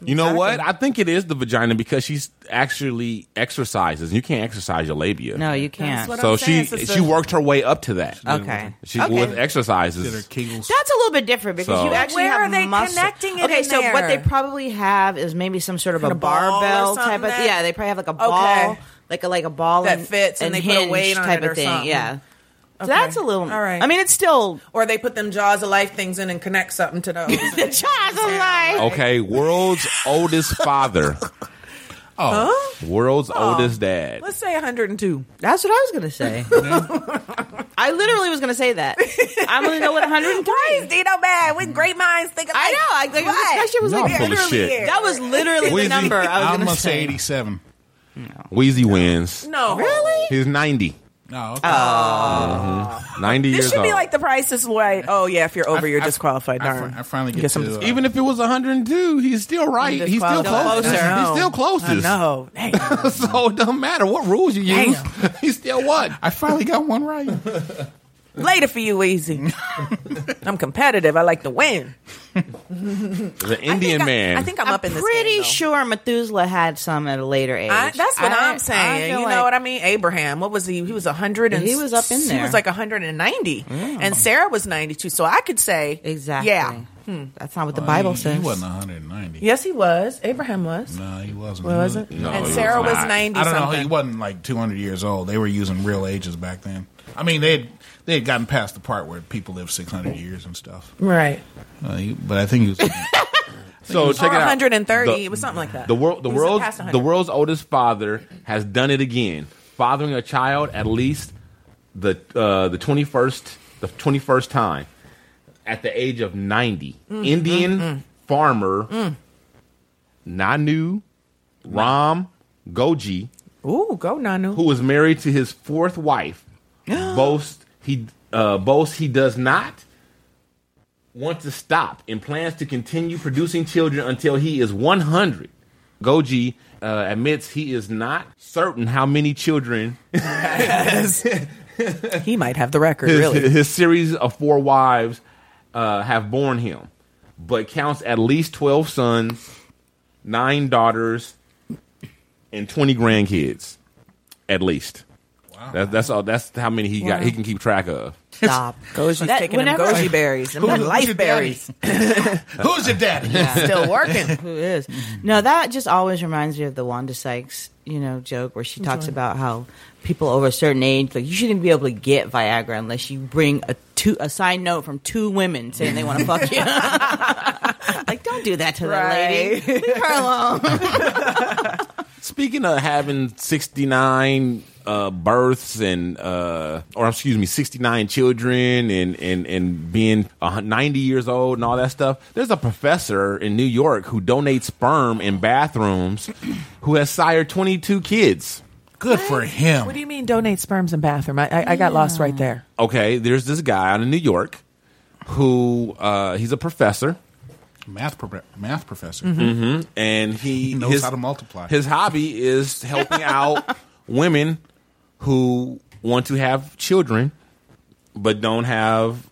S3: You know what? I think it is the vagina because she's actually exercises. You can't exercise your labia.
S6: No, you can't.
S3: so she she worked her way up to that.
S6: Okay.
S3: She
S6: Okay.
S3: with exercises.
S6: That's a little bit different because
S3: So-
S6: you
S3: But
S6: actually
S4: where
S6: have
S4: are they
S6: muscle.
S4: connecting it
S6: Okay,
S4: in
S6: so what
S4: there?
S6: they probably have is maybe some sort of a,
S4: Kind of ball or
S6: barbell
S4: something
S6: type of
S4: that-
S6: yeah. They probably have like a ball,
S4: Okay.
S6: like a like a ball
S4: That
S6: and-
S4: fits and they put a
S6: hinge
S4: weight on
S6: type
S4: it
S6: of
S4: or
S6: thing.
S4: something.
S6: Yeah, so that's a little.
S4: All right.
S6: I mean, it's still
S4: Or they put them jaws of life things in and connect something to those.
S6: the jaws of life.
S3: Okay, world's oldest father.
S4: Oh.
S3: World's
S4: Oh.
S3: oldest dad.
S4: Let's say 102.
S6: That's what I was gonna say. I literally was gonna say that. I'm gonna know what 103.
S4: Praise Dino Bad with great minds think alike.
S6: I know. I, like,
S4: What?
S6: that shit was
S3: Y'all
S6: like
S3: full of shit.
S6: here. That was literally the
S3: Wheezy.
S6: number I was
S5: I'm
S6: gonna
S5: gonna say
S6: say.
S5: eighty-seven.
S3: Wheezy wins.
S4: No, really.
S3: He's ninety.
S5: No,
S1: Oh.
S5: okay.
S3: Mhm. Ninety
S4: This
S3: years
S4: should
S3: old.
S4: be like the Price is Right. Oh yeah, if you're over, you're disqualified.
S5: I,
S4: Darn.
S5: fi- I finally get,
S4: Get some-
S5: to. Uh,
S3: even if it was 102, he's still right. He's still
S4: Disqualified.
S3: closest.
S4: Closer.
S3: He's still
S4: I
S3: closest.
S4: know. Dang.
S3: so it doesn't matter what rules you use. He's still what?
S5: I finally got one right.
S4: Later for you, Easy. I'm competitive. I like to win.
S3: The Indian man.
S4: I think I'm, up in this.
S6: Pretty
S4: game, though.
S6: sure Methuselah had some at a later age.
S4: I, that's what
S6: I-
S4: I, am saying.
S6: feel
S4: you
S6: like-
S4: know what I mean? Abraham, what was he? He was 100 and
S6: He was up in
S4: He
S6: there. Mm.
S4: was like 190. And Sarah was 92. So I could say
S6: Exactly. Hmm.
S4: Yeah. Hmm.
S6: That's not what the Bible
S5: he,
S6: says.
S5: he wasn't 190.
S4: Yes, he was. Abraham was.
S5: No, he wasn't.
S4: Well, was it?
S5: No,
S4: And
S5: he
S4: Sarah
S5: was,
S4: was
S5: not.
S4: 90
S5: I don't know.
S4: something.
S5: He wasn't like 200 years old. They were using real ages back then. I mean, they had, they had gotten past the part where people lived 600 years and stuff.
S4: Right.
S5: Uh, he- but I think he was.
S3: so check
S4: or
S3: it out.
S4: 130.
S3: The-
S4: it was something like that.
S3: The world, the
S4: He was
S3: world's,
S4: past 100.
S3: the world's oldest father has done it again, fathering a child at least the uh, the twenty first the twenty first time at the age of 90 Indian farmer Nanu Ram Goji,
S4: Ooh, go Nanu.
S3: who was married to his fourth wife, boasts he uh, boasts he does not wants to stop and plans to continue producing children until he is 100. Goji uh, admits he is not certain how many children
S4: he might have the record,
S3: his,
S4: really.
S3: his series of four wives uh, have borne him, but counts at least 12 sons, nine daughters, and 20 grandkids, at least. Wow. That, that's all. That's how many he got.
S4: Wow.
S3: He can keep track of.
S6: Stop.
S4: Goji's
S6: That-
S4: taking them
S6: whenever-
S4: goji berries and them
S5: who's your
S4: life berries.
S5: daddy? Who's your daddy?
S4: Still working.
S6: Who is? No, that just always reminds me of the Wanda Sykes, you know, joke where she talks about how people over a certain age, like you shouldn't be able to get Viagra unless you bring a two a signed note from two women saying they want to fuck you. like, don't do that to that lady. Leave her alone.
S3: Speaking of having 69 uh, births and, uh, or excuse me, 69 children and, and, and being a hun- 90 years old and all that stuff, there's a professor in New York who donates sperm in bathrooms who has sired 22 kids.
S5: Good for him.
S4: What do you mean donate sperms in bathroom? I, I, I got lost right there.
S3: Okay, there's this guy out in New York who, uh, he's a professor.
S5: Math, pro- math professor.
S3: hmm And he,
S5: knows how to multiply.
S3: His hobby is helping out women who want to have children but don't have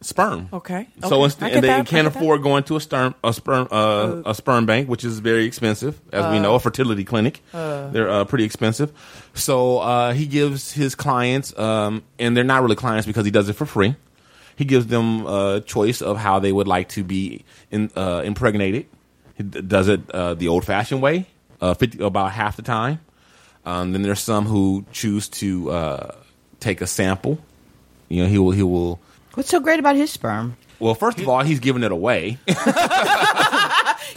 S3: sperm.
S4: Okay.
S3: So
S4: Okay.
S3: inst-
S4: I
S3: and
S4: get
S3: they
S4: that. I
S3: can't
S4: get that.
S3: afford going to a sperm a sperm uh, a sperm bank, which is very expensive, as we know, a fertility clinic.
S4: Uh.
S3: they're uh, pretty expensive. So uh, he gives his clients, um, and they're not really clients because he does it for free. He gives them a choice of how they would like to be in, uh, impregnated. He d- does it uh, the old-fashioned way, uh, 50, about half the time. Um, then there's some who choose to uh, take a sample. You know, he will he will
S6: What's so great about his sperm?
S3: well, first of all, he's giving it away.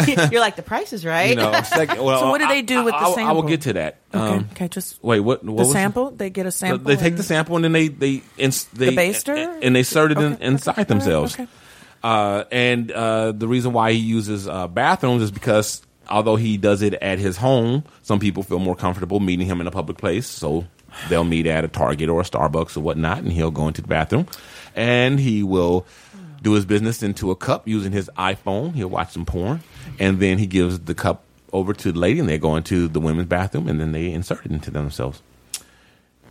S6: You're like the price is right.
S3: You know, second, well,
S4: So what do they
S3: I-
S4: do with the
S3: I- I- I will
S4: sample?
S3: get to that.
S4: Okay,
S3: Um,
S4: okay, just
S3: wait. What? what
S4: the
S3: was it?
S4: sample? They get a
S3: So
S4: sample.
S3: They take
S4: and-
S3: the sample and then they they ins- they
S4: baster?
S3: and, and they insert it in, inside themselves.
S4: okay.
S3: Uh, and uh, the reason why he uses uh, bathrooms is because although he does it at his home, some people feel more comfortable meeting him in a public place, so they'll meet at a Target or a Starbucks or whatnot, and he'll go into the bathroom, and he will do his business into a cup using his iPhone. He'll watch some porn, and then he gives the cup over to the lady, and they go into the women's bathroom, and then they insert it into themselves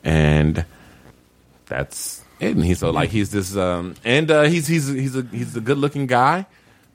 S3: and that's it. And he's so like he's this, um, and uh, he's he's he's a he's a good looking guy.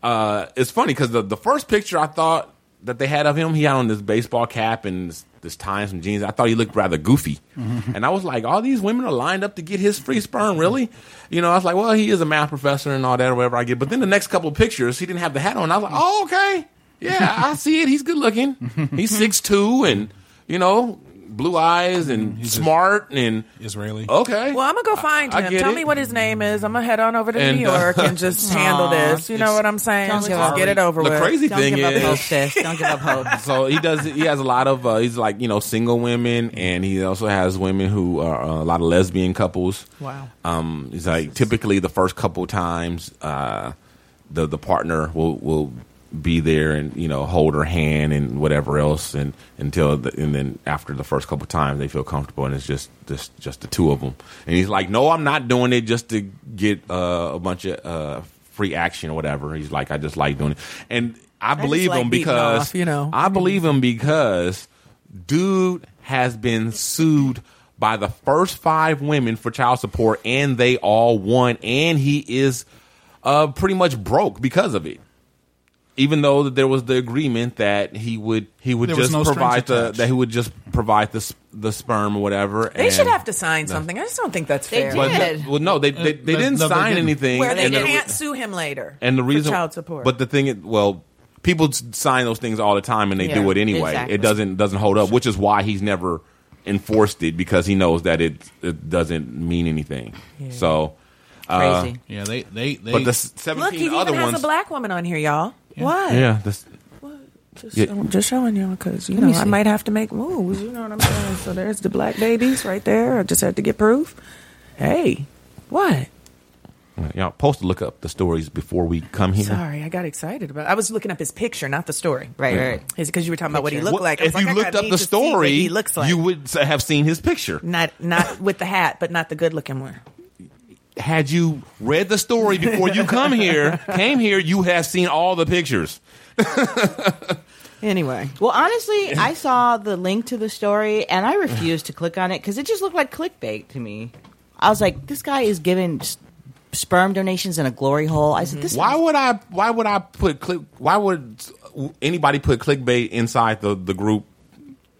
S3: Uh, it's funny because the the first picture I thought that they had of him, he had on this baseball cap and this, this tie and some jeans. I thought he looked rather goofy,
S5: Mm-hmm.
S3: and I was like, all these women are lined up to get his free sperm, really? You know, I was like, well, he is a math professor and all that, or whatever I get. But then the next couple of pictures, he didn't have the hat on. I was like, oh, okay, yeah, I see it. He's good looking. He's six two, and you know, blue eyes and smart and Israeli. Okay.
S4: Well, I'm gonna go find
S3: I
S4: him.
S3: get
S4: Tell
S3: it.
S4: me what his name is. I'm gonna head on over to
S3: And,
S4: New
S3: uh,
S4: York and just handle this. You know what I'm saying?
S6: Don't
S4: Just
S6: give up.
S4: get it over
S3: the
S4: with.
S3: crazy
S6: Don't
S3: thing
S6: give up
S3: is,
S6: hope, sis. Don't give up hope.
S3: so he does. He has a lot of. Uh, he's like you know single women, and he also has women who are uh, a lot of lesbian couples.
S4: Wow.
S3: Um, he's like typically the first couple times, uh, the the partner will will be there and you know hold her hand and whatever else, and until the, and then after the first couple times they feel comfortable, and it's just just just the two of them. And he's like, no, I'm not doing it just to get uh, a bunch of uh, free action or whatever. He's like, I just like doing it, and I
S4: just
S3: believe
S4: like
S3: him
S4: beating
S3: because
S4: off, you know.
S3: I believe him because dude has been sued by the first five women for child support, and they all won, and he is uh, pretty much broke because of it. Even though that there was the agreement that he would he would
S5: There was
S3: just
S5: no strings
S3: provide the
S5: attached.
S3: that he would just provide the sp- the sperm or whatever.
S4: They should
S3: and-
S4: have to sign
S3: No.
S4: something. I just don't think that's
S3: They
S4: fair.
S3: Well, did. no- well, no, they- they- they
S4: Uh,
S3: didn't
S4: no,
S3: sign anything,
S4: Where
S3: and
S4: they
S3: the re-
S4: can't sue him later.
S3: And the
S4: for
S3: reason
S4: child support.
S3: But the thing is, well, people s- sign those things all the time and they
S4: Yeah,
S3: do it anyway.
S4: exactly.
S3: It doesn't doesn't hold up, which is why he's never enforced it because he knows that it it doesn't mean anything.
S4: Yeah.
S3: So uh,
S5: Crazy. Yeah, they- they- they-
S3: But the s-
S4: look,
S3: seventeen
S4: he even
S3: other
S4: has
S3: ones.
S4: a black woman on here, y'all. What?
S3: yeah. This,
S4: Just,
S3: Yeah.
S4: I'm just showing y'all because
S8: you
S4: Let me
S8: know I
S4: see.
S8: might have to make moves. You know what I'm saying? So there's the black babies right there. I just had to get proof. Hey,
S4: what?
S3: y'all supposed to look up the stories before we come here.
S4: Sorry, I got excited about. I was looking up his picture, not the story.
S3: Right, right, right.
S4: Because you were talking about what he
S3: Picture. What-
S4: looked like. I was
S3: If
S4: like,
S3: you
S4: I
S3: looked
S4: gotta
S3: up
S4: need
S3: the
S4: to see what
S3: story,
S4: he looks like
S3: you would s- have seen his picture.
S4: not not with the hat, but not the good looking one.
S3: Had you read the story before you come here, came here, you have seen all the pictures.
S6: Anyway, well, honestly, I saw the link to the story and I refused to click on it because it just looked like clickbait to me. I was like, this guy is giving s- sperm donations in a glory hole. I said, this.
S3: Mm-hmm. Why would I? Why would I put click? Why would anybody put clickbait inside the the group?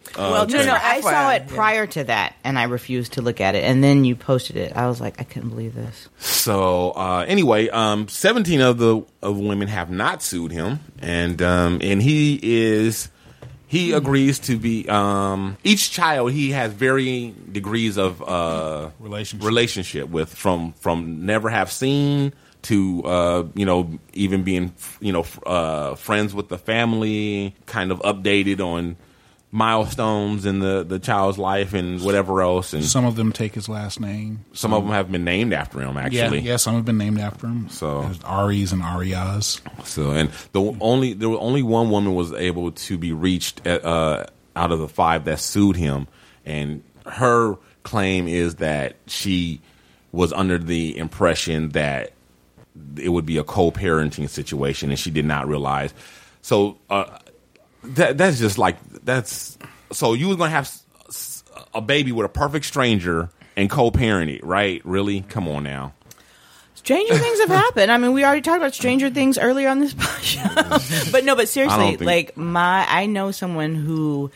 S3: Uh,
S6: well, no,
S3: thing?
S6: no, I saw
S4: FYI,
S6: it prior to that and I refused to look at it. And then you posted it. I was like, I couldn't believe this.
S3: So uh, anyway, um, seventeen of the of women have not sued him, and um, and he is he agrees to be um, each child he has varying degrees of uh, relationship with from from never have seen to uh, you know even being you know f- uh, friends with the family, kind of updated on milestones in the the child's life and whatever else and
S5: Some of them take his last name.
S3: some of them have been named after him, actually.
S5: Yeah, yeah, some have been named after him.
S3: So,
S5: Ari's and Arias.
S3: so, and the only there were only one woman was able to be reached at, uh, out of the five that sued him, and her claim is that she was under the impression that it would be a co-parenting situation, and she did not realize. So, uh, that that's just like that's so you was gonna have s- s- a baby with a perfect stranger and co-parent it, right? Really? Come on now.
S6: Stranger things have happened. I mean, we already talked about Stranger Things earlier on this podcast. but no, but
S3: I
S6: seriously,
S3: don't think-
S6: like my, I know someone who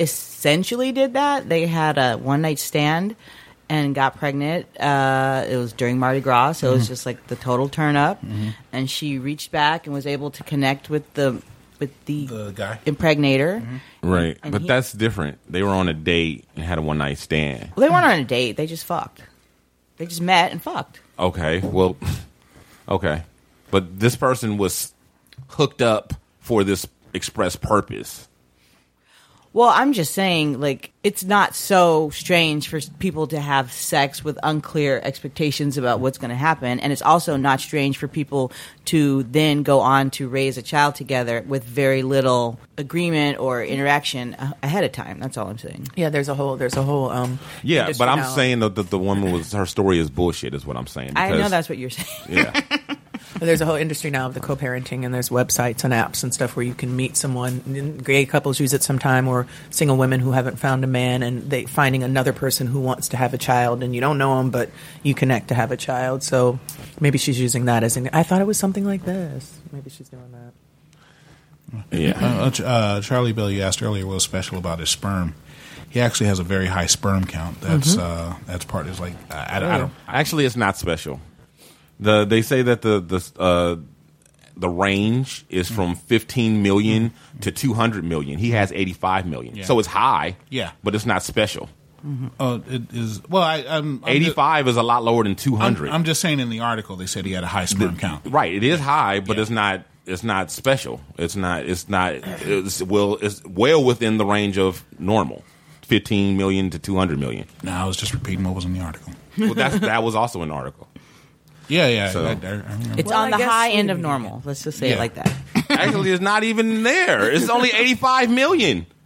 S6: essentially did that. They had a one night stand and got pregnant. Uh, it was during Mardi Gras, so it
S3: Mm.
S6: was
S13: Mhm.
S6: just like the total turn up.
S3: Mm-hmm.
S6: And she reached back and was able to connect with the with the,
S5: guy
S6: impregnator.
S3: Right,
S6: And
S3: but
S6: he-
S3: that's different. They were on a date and had a one night stand.
S6: Well, they weren't on a date. They just fucked. They just met and fucked.
S3: Okay, well, okay, but this person was hooked up for this express purpose.
S6: Well, I'm just saying, like, it's not so strange for s- people to have sex with unclear expectations about what's going to happen. And it's also not strange for people to then go on to raise a child together with very little agreement or interaction a- ahead of time. That's all I'm saying.
S4: Yeah, there's a whole there's a whole um
S3: Yeah,
S6: Industry
S3: but I'm
S6: now.
S3: saying that the, the woman was her story is bullshit. Is what I'm saying.
S4: I know
S3: because-
S4: that's what you're saying.
S3: Yeah,
S4: But there's a whole industry now of the co-parenting, and there's websites and apps and stuff where you can meet someone. And Gay couples use it sometime, or single women who haven't found a man and they finding another person who wants to have a child, and you don't know them, but you connect to have a child. So maybe she's using that as. An, I thought it was something like this. Maybe she's doing that.
S3: Yeah.
S5: Uh, uh, Ch- uh, Charlie Bill, you asked earlier what was special about his sperm. He actually has a very high sperm count. That's
S3: Mhm.
S5: uh, that's part is like I, I, I don't.
S3: Actually, it's not special. The they say that the the uh, the range is from 15 million to 200 million. He has 85 million,
S5: Yeah.
S3: so it's high.
S5: Yeah.
S3: but it's not special. Mm-hmm.
S5: Oh, it is. Well, I, I'm, I'm
S3: 85 is a lot lower than
S5: I'm,
S3: 200.
S5: I'm just saying in the article they said he had a high sperm count.
S3: Right, it is high, but it's not. It's not special. It's not. It's not. It's well. It's well within the range of normal, fifteen million to two hundred million.
S5: No, I was just repeating what was in the article.
S3: Well, that's, that was also an article.
S5: Yeah, yeah.
S3: So-
S5: I- I- I remember.
S6: It's
S3: Well,
S6: on
S3: I
S6: the
S3: guess
S6: high
S3: we-
S6: end of normal. Let's just say
S3: Yeah.
S6: it like that.
S3: Actually, it's not even there. It's only eighty-five million.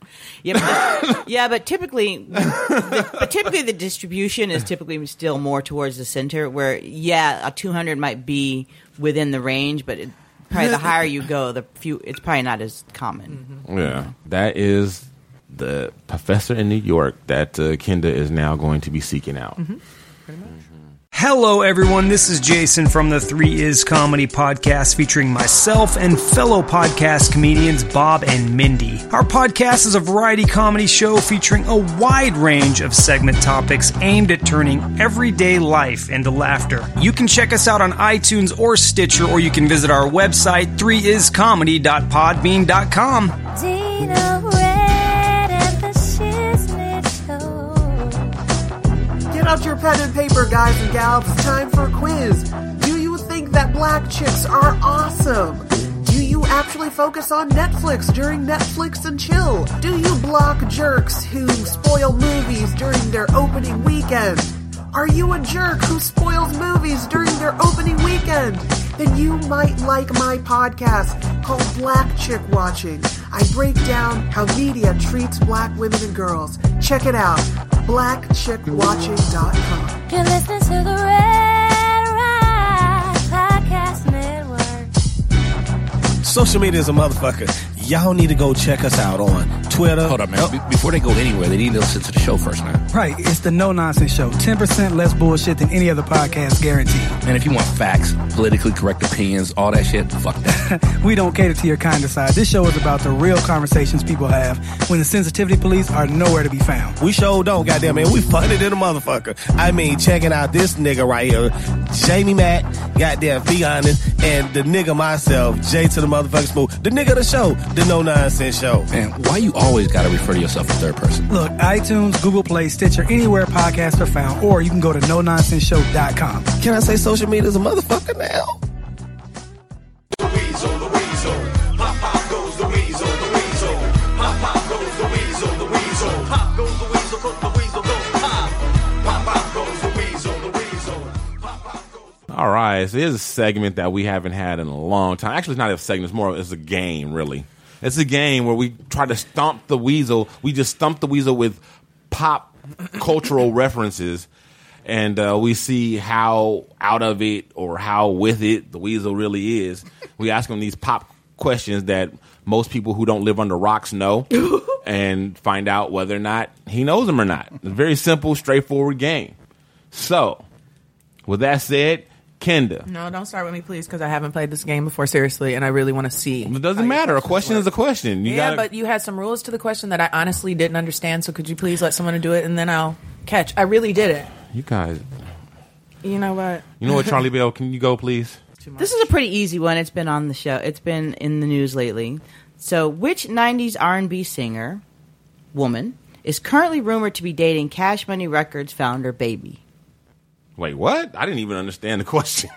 S6: Yeah, but, yeah, but typically, the, but typically the distribution is typically still more towards the center. Where yeah, a two hundred might be within the range, but it, probably the higher you go, the few. It's probably not as common.
S3: Yeah, that is the professor in New York that uh, Kenda is now going to be seeking out.
S17: Hello, everyone. This is Jason from the Three Is Comedy Podcast, featuring myself and fellow podcast comedians Bob and Mindy. Our podcast is a variety comedy show featuring a wide range of segment topics aimed at turning everyday life into laughter. You can check us out on iTunes or Stitcher, or you can visit our website, 3iscomedy.podbean.com.
S7: Dina Red and the Shiznit
S18: Get out your pen and paper, guys and gals. It's time for a quiz. Do you think that black chicks are awesome? Do you actually focus on Netflix during Netflix and chill? Do you block jerks who spoil movies during their opening weekend? Are you a jerk who spoils movies during their opening weekend? Then you might like my podcast called Black Chick Watching. I break down how media treats black women and girls. Check it out blackchickwatching.com.
S7: You're listening to the Red Rock Podcast Network.
S10: Social media is a motherfucker. Y'all need to go check us out on Twitter. Hold on, man.
S19: Before they go anywhere, they need to listen to the show first now.
S10: Right, it's the no nonsense show. 10% less bullshit than any other podcast guaranteed.
S19: Man, if you want facts, politically correct opinions, all that shit, fuck that.
S10: We don't cater to your kind of side. This show is about the real conversations people have when the sensitivity police are nowhere to be found.
S20: We sure don't, goddamn man. We funded in a motherfucker. I mean, checking out this nigga right here, Jamie Matt, goddamn, be honest, and the nigga myself, Jay to the motherfucking smooth, the nigga of the show, the no nonsense show.
S19: Man, why you always gotta refer to yourself in third person?
S10: Look, iTunes, Google Play, Stitcher, anywhere podcasts are found, or you can go to no nonsense show.com. Can I say social media is a motherfucker now?
S3: All right, so here's a segment that we haven't had in a long time. Actually, it's not a segment; it's more of- it's a game, really. It's a game where we try to stomp the weasel. We just stump the weasel with pop cultural references, and uh, we see how out of it or how with it the weasel really is. We ask him these pop questions that most people who don't live under rocks know, and find out whether or not he knows them or not. It's a very simple, straightforward game. So, with that said, Kenda.
S4: No, don't start with me, please, because I haven't played this game before seriously, and I really want to see.
S3: It doesn't matter. A question is a question. You
S4: yeah,
S3: gotta,
S4: but you had some rules to the question that I honestly didn't understand. So could you please let someone do it, and then I'll catch. I really did it.
S3: you guys.
S4: You know what?
S3: You know what, Charlie Bell? Can you go, please?
S6: This is a pretty easy one. It's been on the show. It's been in the news lately. So, which '90s R&B singer woman is currently rumored to be dating Cash Money Records founder Baby?
S3: Wait, what? I didn't even understand the question.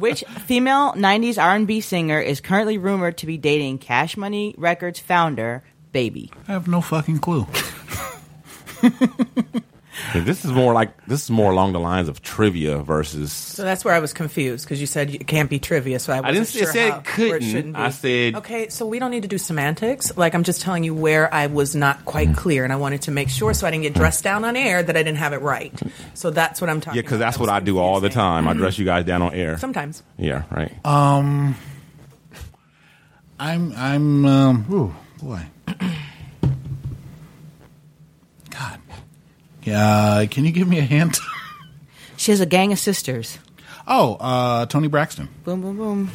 S6: Which female '90s R&B singer is currently rumored to be dating Cash Money Records founder Baby?
S5: I have no fucking clue.
S3: Yeah, this is more like this is more along the lines of trivia versus.
S4: So that's where I was confused because you said it can't be trivia. So I, wasn't
S3: didn't say- I
S4: sure
S3: said
S4: how,
S3: couldn't.
S4: where it shouldn't be.
S3: I said-
S4: okay. So we don't need to do semantics. Like I'm just telling you where I was not quite
S3: Mm-hmm.
S4: clear, and I wanted to make sure so I didn't get dressed down on air that I didn't have it right. So that's what I'm talking.
S3: Yeah, because that's what I do all the time. I dress you guys down on air.
S4: Sometimes.
S3: Yeah, right.
S5: Um, I'm I'm um, ooh, boy. God, yeah. Can you give me a hint?
S6: She has a gang of sisters.
S5: Oh, uh, Tony Braxton.
S6: Boom, boom, boom.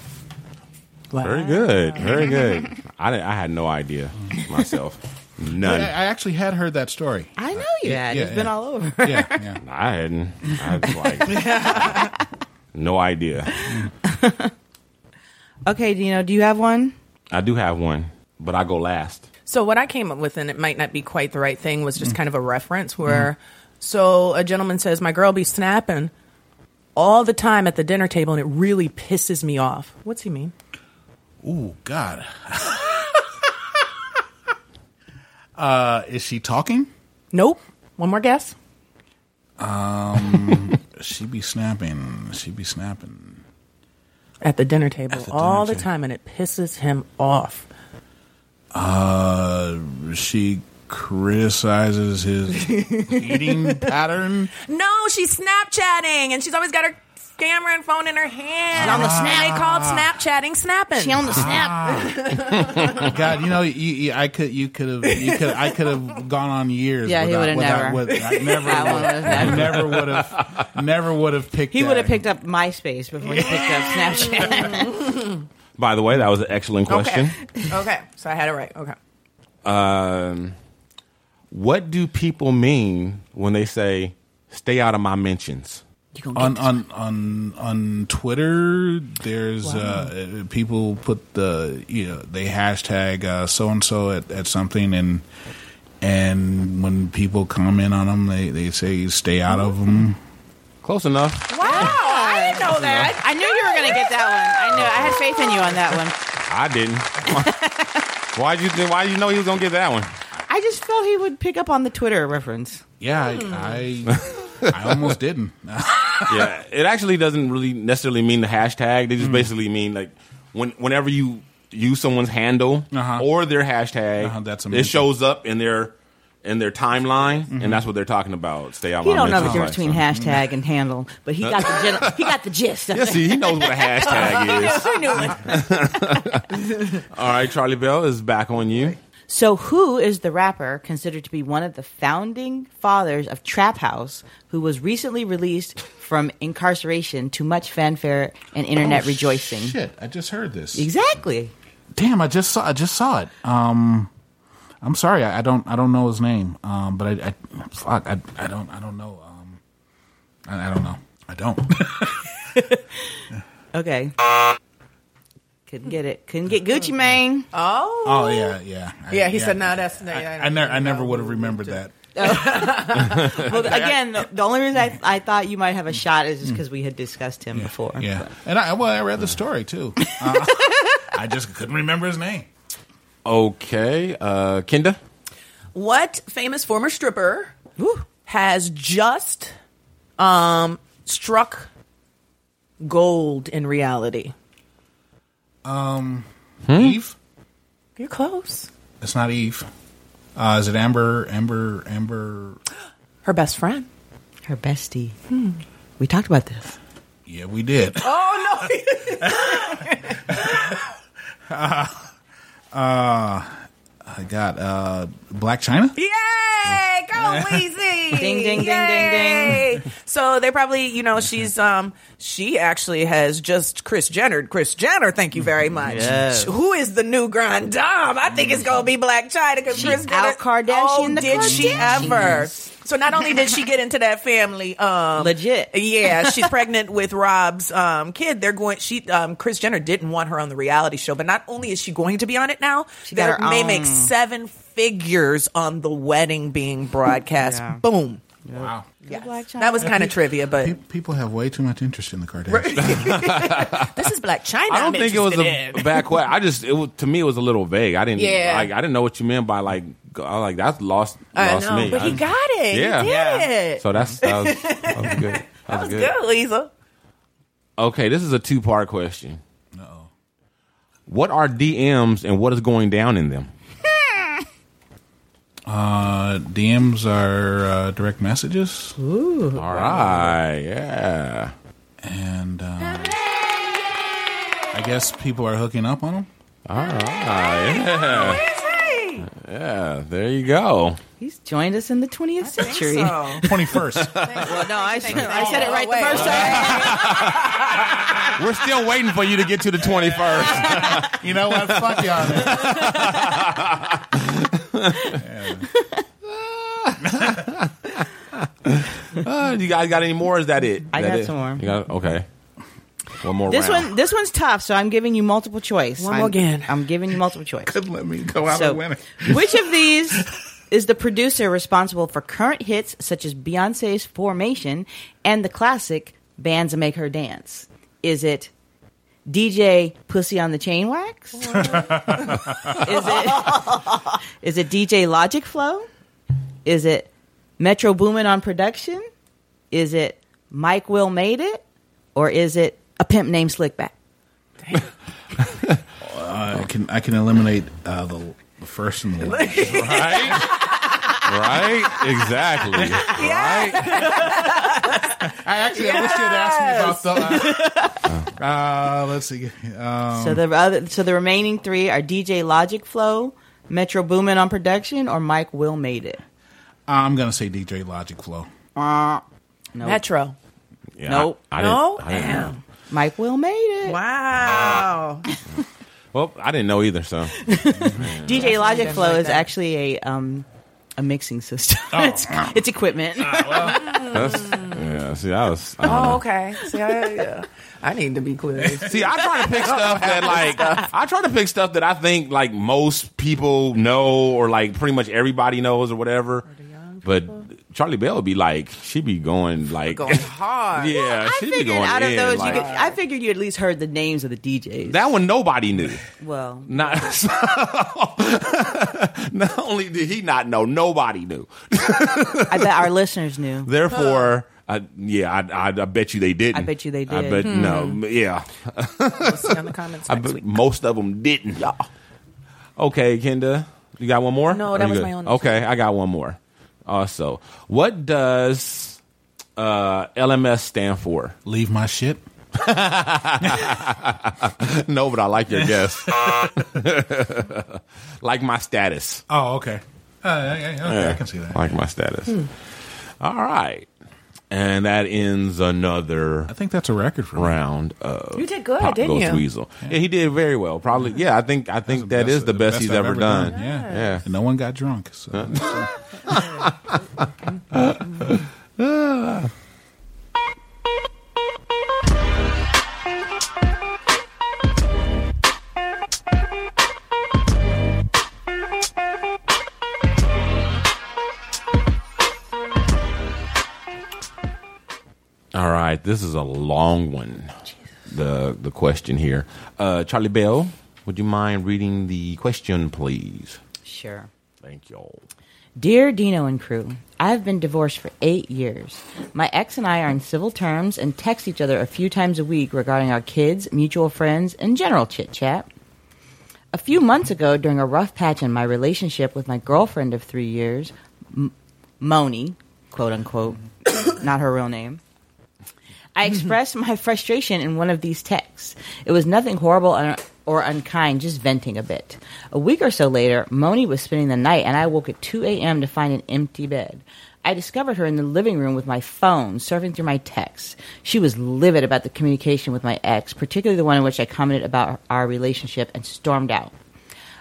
S3: Very good. Very good. I didn't, I had no idea myself.
S5: I, I
S3: None.
S5: actually had heard that story. Uh,
S6: I know you
S5: Yeah,
S6: had.
S5: yeah,
S6: You've been
S5: yeah.
S6: all over.
S5: Yeah, yeah.
S3: I hadn't. I was like, no idea.
S6: okay, Dino, do you have one?
S3: I do have one, but I go last.
S4: So what I came up with, and it might not be quite the right thing, was
S5: Mm.
S4: just kind of a reference where, so a gentleman says, "My girl be snapping all the time at the dinner table, and it really pisses me off." What's he mean?
S5: Ooh, God. Uh, is she talking?
S4: Nope. One more guess.
S5: Um, she be snapping. She be snapping.
S4: At the dinner table
S5: the
S4: all
S5: dinner
S4: the time, and it pisses him off.
S5: Uh, she criticizes his eating pattern.
S4: No, she's Snapchatting, and she's always got her camera and phone in her hand.
S6: on the
S5: Ah.
S4: They
S6: snap.
S4: called Snapchatting snapping. She
S6: on the snap.
S5: God, you know, you, you, I could, you could have, you could, I could have gone on years.
S6: Yeah, he
S5: without,
S6: would've
S5: without,
S6: never.
S5: With, I never,
S6: That one
S5: would,
S6: would've never.
S5: never would have, never would have picked.
S6: He
S5: that.
S6: would have picked up MySpace before he picked up Snapchat.
S3: By the way, that was an excellent question.
S4: Okay. okay. So I had it right. Okay.
S3: Um, what do people mean when they say "stay out of my mentions"?
S5: on on on on Twitter, there's uh, uh, people put the you know they hashtag so and so at at something, and and when people comment on them, they they say stay out of them.
S3: Close enough.
S6: wow, I
S4: didn't know
S6: that. I knew you were going to get that one. I knew. I had faith in you on that one.
S3: I didn't. why you? Why you know he was gonna get that one?
S6: I just felt he would pick up on the Twitter reference.
S5: Yeah,
S6: Hmm.
S5: I I, I almost didn't.
S3: yeah, it actually doesn't really necessarily mean the hashtag. They just
S5: Hmm.
S3: basically mean like when whenever you use someone's handle or their hashtag,
S5: Uh-huh, that's a
S3: it
S5: mention.
S3: shows up in their in their timeline,
S6: Mhm.
S5: Mm-hmm.
S3: and that's what they're talking about.
S5: Oh,
S3: Stay out.
S6: He
S3: my
S6: don't know the
S3: mentions,
S6: difference
S3: like,
S6: between hashtag and handle, but he got the gen- he got the gist.
S3: Yeah, see, he knows what a hashtag
S6: He
S3: is.
S6: knows- he knew it.
S3: so. All right, Charlie Bell is back on you.
S6: So, who is the rapper considered to be one of the founding fathers of Trap House, who was recently released from incarceration to much fanfare and internet
S5: Oh,
S6: rejoicing?
S5: Shit, I just heard this.
S6: Exactly.
S5: Damn, I just saw I just saw it. Um, I'm sorry, I, I don't I don't know his name. Um, but I, I fuck, I, I don't I don't know. Um, I, I don't know. I don't.
S6: Okay. Couldn't get it. Couldn't get Gucci Mane.
S4: Oh.
S5: Oh yeah, yeah. I-
S4: Yeah, he said, "Nah, that's- nah, yeah, I
S5: I, I never, I never would have remembered that.
S6: Oh. well, again, the, the only reason I, I thought you might have a shot is just
S5: Mm.
S6: because we had discussed him before.
S5: Yeah, and I well, I read the story too. Uh, I just couldn't remember his name.
S3: Okay, uh, Kinda.
S4: What famous former stripper has just um, struck gold in reality?
S5: Um, Eve.
S4: You're close.
S5: It's not Eve. Uh, is it Amber? Amber? Amber?
S4: Her best friend. Hmm.
S6: Her bestie. We talked about this.
S5: Yeah, we did.
S4: Oh
S5: uh, I got uh, Black China.
S4: Yay! Go Weezy!
S6: Ding, ding, ding, ding,
S4: Yay! So they probably, you know, she's um, she actually has just Chris Jenner. Chris Jenner, thank you very much.
S6: Yes.
S4: Who is the new grand dame? I think it's gonna be Black China because Chris Jenner.
S6: out Kardashian
S4: Oh,
S6: the
S4: did she ever? So not only did she get into that family, um,
S6: Legit.
S4: Yeah, she's pregnant with Rob's um, kid. They're going. She, um, Chris Jenner, didn't want her on the reality show, but not only is she going to be on it now,
S6: She
S4: that
S6: got her
S4: may
S6: own.
S4: make seven figures on the wedding being broadcast. Boom.
S5: Wow.
S1: Yes. That was kind of trivia, but
S5: Pe- people have way too much interest in the Kardashians.
S1: this is Black China.
S3: I don't
S1: I'm
S3: think it was
S1: interested
S3: a
S1: in.
S3: bad question. I just it was, to me it was a little vague. I didn't
S1: Yeah.
S3: like I didn't know what you meant by like go- I like that's lost
S1: I
S3: lost
S1: know,
S3: me.
S1: but he
S3: I-
S1: got it. He did it.
S3: So that's that was, that was good. That, was good.
S1: Good, Lisa.
S3: Okay, this is a two part question. What are DMs and what is going down in them?
S5: Uh, DMs are uh, direct messages.
S3: Ooh. All right. Yeah.
S5: And um, I guess people are hooking up on them.
S3: All right. Ah, Yeah. Yeah. Oh. There you go.
S6: He's joined us in the 20th century.
S3: so.
S5: 21st.
S6: well, no, I,
S1: Thank you.
S6: I said it right the
S1: Wait.
S6: first time.
S3: We're still waiting for you to get to the twenty first.
S5: you know what? Fuck y'all.
S3: Uh, you guys got any more? Is that it?
S6: I
S3: That
S6: got
S3: it?
S6: some more.
S3: You got- okay. One more.
S6: This
S3: round.
S6: one, this one's tough. So I'm giving you multiple choice.
S3: One
S6: I'm,
S3: more again.
S6: I'm giving you multiple choice. Could
S5: let me go out a winner.
S6: Which of these is the producer responsible for current hits such as Beyonce's Formation and the classic Bands That Make Her Dance? Is it DJ Pussy on the Chain Wax? is it is it DJ Logic Flow? Is it Metro Boomin on production? Is it Mike Will Made It? Or is it a pimp named Slickback?
S5: Uh, I can I can eliminate uh, the, the first and the last.
S3: right? Exactly.
S5: I actually I wish you had asked me about the. Uh, uh, let's see. Um,
S6: so the other, so the remaining three are DJ Logic Flow, Metro Boomin on production, or Mike Will Made It.
S5: I'm gonna say DJ Logic Flow.
S6: Uh, no.
S1: Metro.
S3: Yeah,
S6: nope.
S3: I- I didn't-
S6: no.
S3: I didn't know.
S6: Mike Will made it.
S1: Wow.
S3: Well, I didn't know either. So
S6: DJ Logic
S1: Something
S6: Flow
S1: like
S6: is
S1: that.
S6: actually a um a mixing system. it's it's equipment.
S3: that's yeah. See, I was. I don't know.
S4: Oh, okay. See, I, yeah. I need to be clear.
S3: See, I try to pick stuff that like I try to pick stuff that I think like most people know or like pretty much everybody knows or whatever. But Charlie Bell would be like, she be going like
S6: going
S3: hard. yeah, she be
S6: Figured
S3: going
S6: out of
S3: in,
S6: those,
S3: like-
S6: you could, I figured you at least heard the names of the DJs.
S3: that one nobody knew.
S6: Well,
S3: Not not only did he not know, nobody knew.
S6: I bet our listeners knew.
S3: Therefore, I, yeah, I, I, I bet you they didn't.
S6: I bet you they
S3: I
S6: did.
S3: bet
S6: Hmm.
S3: no, yeah.
S4: See on the comments.
S3: I bet most of them didn't, y'all. Okay, Kenda, you got one more?
S4: No,
S3: Or
S4: that
S3: you
S4: was
S3: good?
S4: my only
S3: Okay, I got one more. Also, what does uh, LMS stand for?
S5: Leave my shit.
S3: no, but I like your guess. like my status.
S5: Oh, okay. Uh, yeah, yeah, okay, I
S3: Yeah,
S5: can see that.
S3: Like my
S1: Hmm.
S3: status. All right. And that ends another. I
S5: think that's a record for
S3: round of.
S4: You did good,
S3: Uh, Pop
S4: didn't
S3: Goes
S4: you?
S3: Weasel. Yeah. he did very well. Probably, yeah. I think I think that is the best, he's
S5: I've
S3: ever, done.
S5: Yeah,
S3: yeah.
S5: And no one got drunk. So.
S3: Ah. All right, this is a long one. The the question here, uh, Charlie Bell, would you mind reading the question, please?
S6: Sure.
S3: Thank y'all.
S6: Dear Dino and crew, I have been divorced for eight years. My ex and I are in civil terms and text each other a few times a week regarding our kids, mutual friends, and general chit chat. A few months ago, during a rough patch in my relationship with my girlfriend of three years, M- Moni, quote unquote, not her real name, I expressed my frustration in one of these texts. It was nothing horrible or, or unkind, just venting a bit. A week or so later, Moni was spending the night, and I woke at 2 a.m. to find an empty bed. I discovered her in the living room with my phone, surfing through my texts. She was livid about the communication with my ex, particularly the one in which I commented about our relationship and stormed out.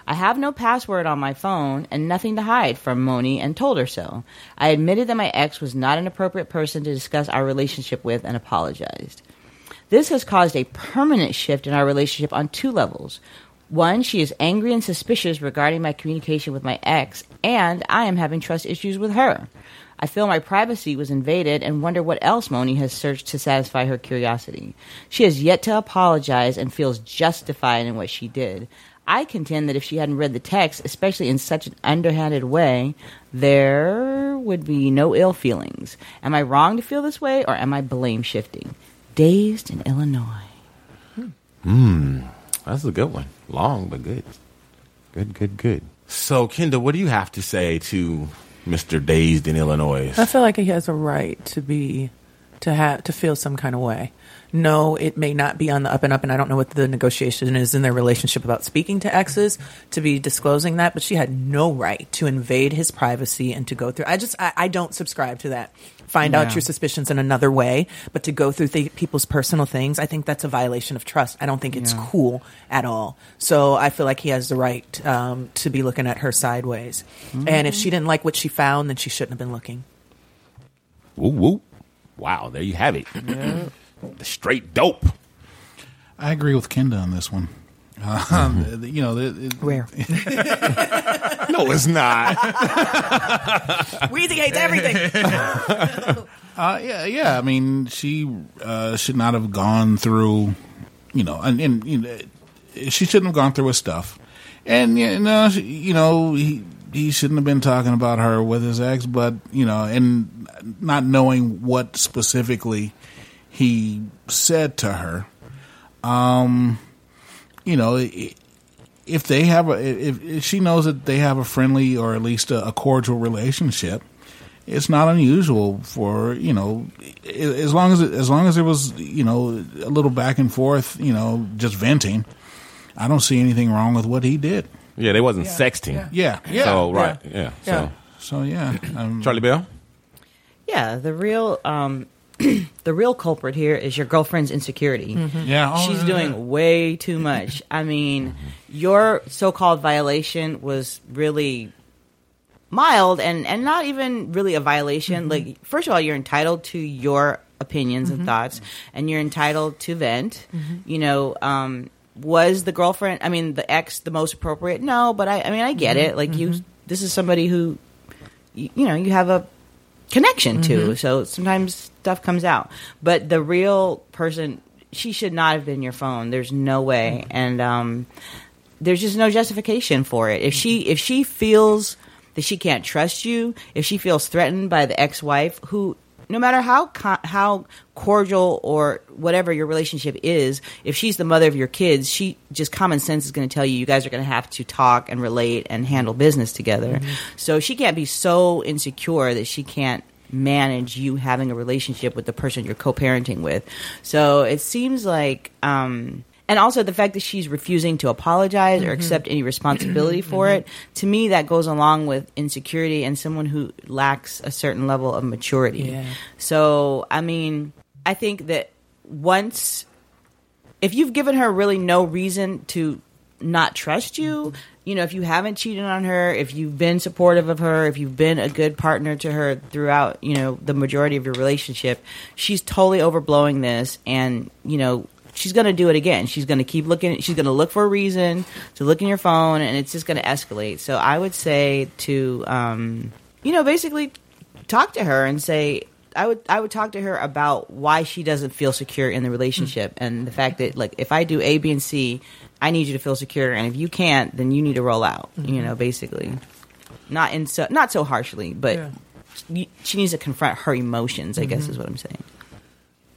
S6: I have no password on my phone and nothing to hide from Moni and told her so. I admitted that my ex was not an appropriate person to discuss our relationship with and apologized. This has caused a permanent shift in our relationship on two levels. One, she is angry and suspicious regarding my communication with my ex, and I am having trust issues with her. I feel my privacy was invaded and wonder what else Moni has searched to satisfy her curiosity. She has yet to apologize and feels justified in what she did. I contend that if she hadn't read the text, especially in such an underhanded way, there would be no ill feelings. Am I wrong to feel this way or am I blame shifting? Dazed in Illinois.
S3: Mm, that's a good one. Long but good. Good, good, good. So, Kendall, what do you have to say to Mr. Dazed in Illinois?
S4: I feel like he has a right to be to have to feel some kind of way. No, it may not be on the up and up, and I don't know what the negotiation is in their relationship about speaking to exes to be disclosing that. But she had no right to invade his privacy and to go through. I just I, I don't subscribe to that. Find out
S1: Yeah.
S4: your suspicions in another way, but to go through th- people's personal things, I think that's a violation of trust. I don't think it's
S1: Yeah.
S4: cool at all. So I feel like he has the right um, to be looking at her sideways. And if
S3: Mhm.
S4: she
S1: Mm.
S4: didn't like what she found, then she shouldn't have been looking.
S3: Woo woo. Wow, there you have it. the straight dope.
S5: I agree with Kenda on this one. Um, the- You know, the, it,
S4: rare.
S3: Mm-hmm. no, it's not.
S1: Weezy hates everything.
S5: Uh, yeah, yeah. I mean, she uh, should not have gone through, you know, and, and you know, she shouldn't have gone through his stuff. And you know, she, you know, he he shouldn't have been talking about her with his ex, but you know, and not knowing what specifically he said to her. Um, you know, i- if they have a if, if she knows that they have a friendly or at least a, a cordial relationship, it's not unusual for you know i- as long as it, as long as there was you know a little back and forth, you know, just venting. I don't see anything wrong with what he did.
S3: Yeah, they wasn't sexting.
S5: Yeah, yeah,
S3: So
S5: yeah.
S3: right, yeah. So
S5: So yeah, um,
S3: Charlie Bell.
S6: Yeah, the real um, the real culprit here is your girlfriend's insecurity.
S1: Mhm. Yeah, oh,
S6: she's
S1: yeah,
S6: doing
S1: yeah. Mm-hmm.
S6: way too much. I mean, your so-called violation was really mild and and not even really a
S1: Mm-hmm.
S6: violation. Like, first of all, you're entitled to your opinions and thoughts, and you're entitled to vent. You know. Um, was the girlfriend i mean the ex the most appropriate no but i i mean i get it like you this is somebody who you, you know you have a connection to
S1: Mhm.
S6: so sometimes stuff comes out but the real person she should not have been your phone there's no way and um there's just no justification for it if she if she feels that she can't trust you if she feels threatened by the ex-wife who no matter how co- how cordial or whatever your relationship is, if she's the mother of your kids, she just common sense is going to tell you you guys are going to have to talk and relate and handle business together.
S1: Mhm.
S6: So she can't be so insecure that she can't manage you having a relationship with the person you're co-parenting with. So it seems like um and also the fact that she's refusing to apologize or
S1: Mhm.
S6: accept any responsibility for it, to me that goes along with insecurity and someone who lacks a certain level of maturity.
S1: Yeah.
S6: So, I mean, I think that once if you've given her really no reason to not trust you, you know, if you haven't cheated on her, if you've been supportive of her, if you've been a good partner to her throughout, you know, the majority of your relationship, she's totally overblowing this and, you know, she's going to do it again. She's going to keep looking, she's going to look for a reason to look in your phone and it's just going to escalate. So I would say to um, you know, basically talk to her and say I would I would talk to her about why she doesn't feel secure in the relationship
S3: Hmm.
S6: and the fact that like if I do A, B, and C, I need you to feel secure, and if you can't, then you need to roll out. You
S3: Mm-hmm.
S6: know, basically, not in so not so harshly, but
S1: Yeah.
S6: y- she needs to confront her emotions. I
S3: Mm-hmm.
S6: guess is what I'm saying.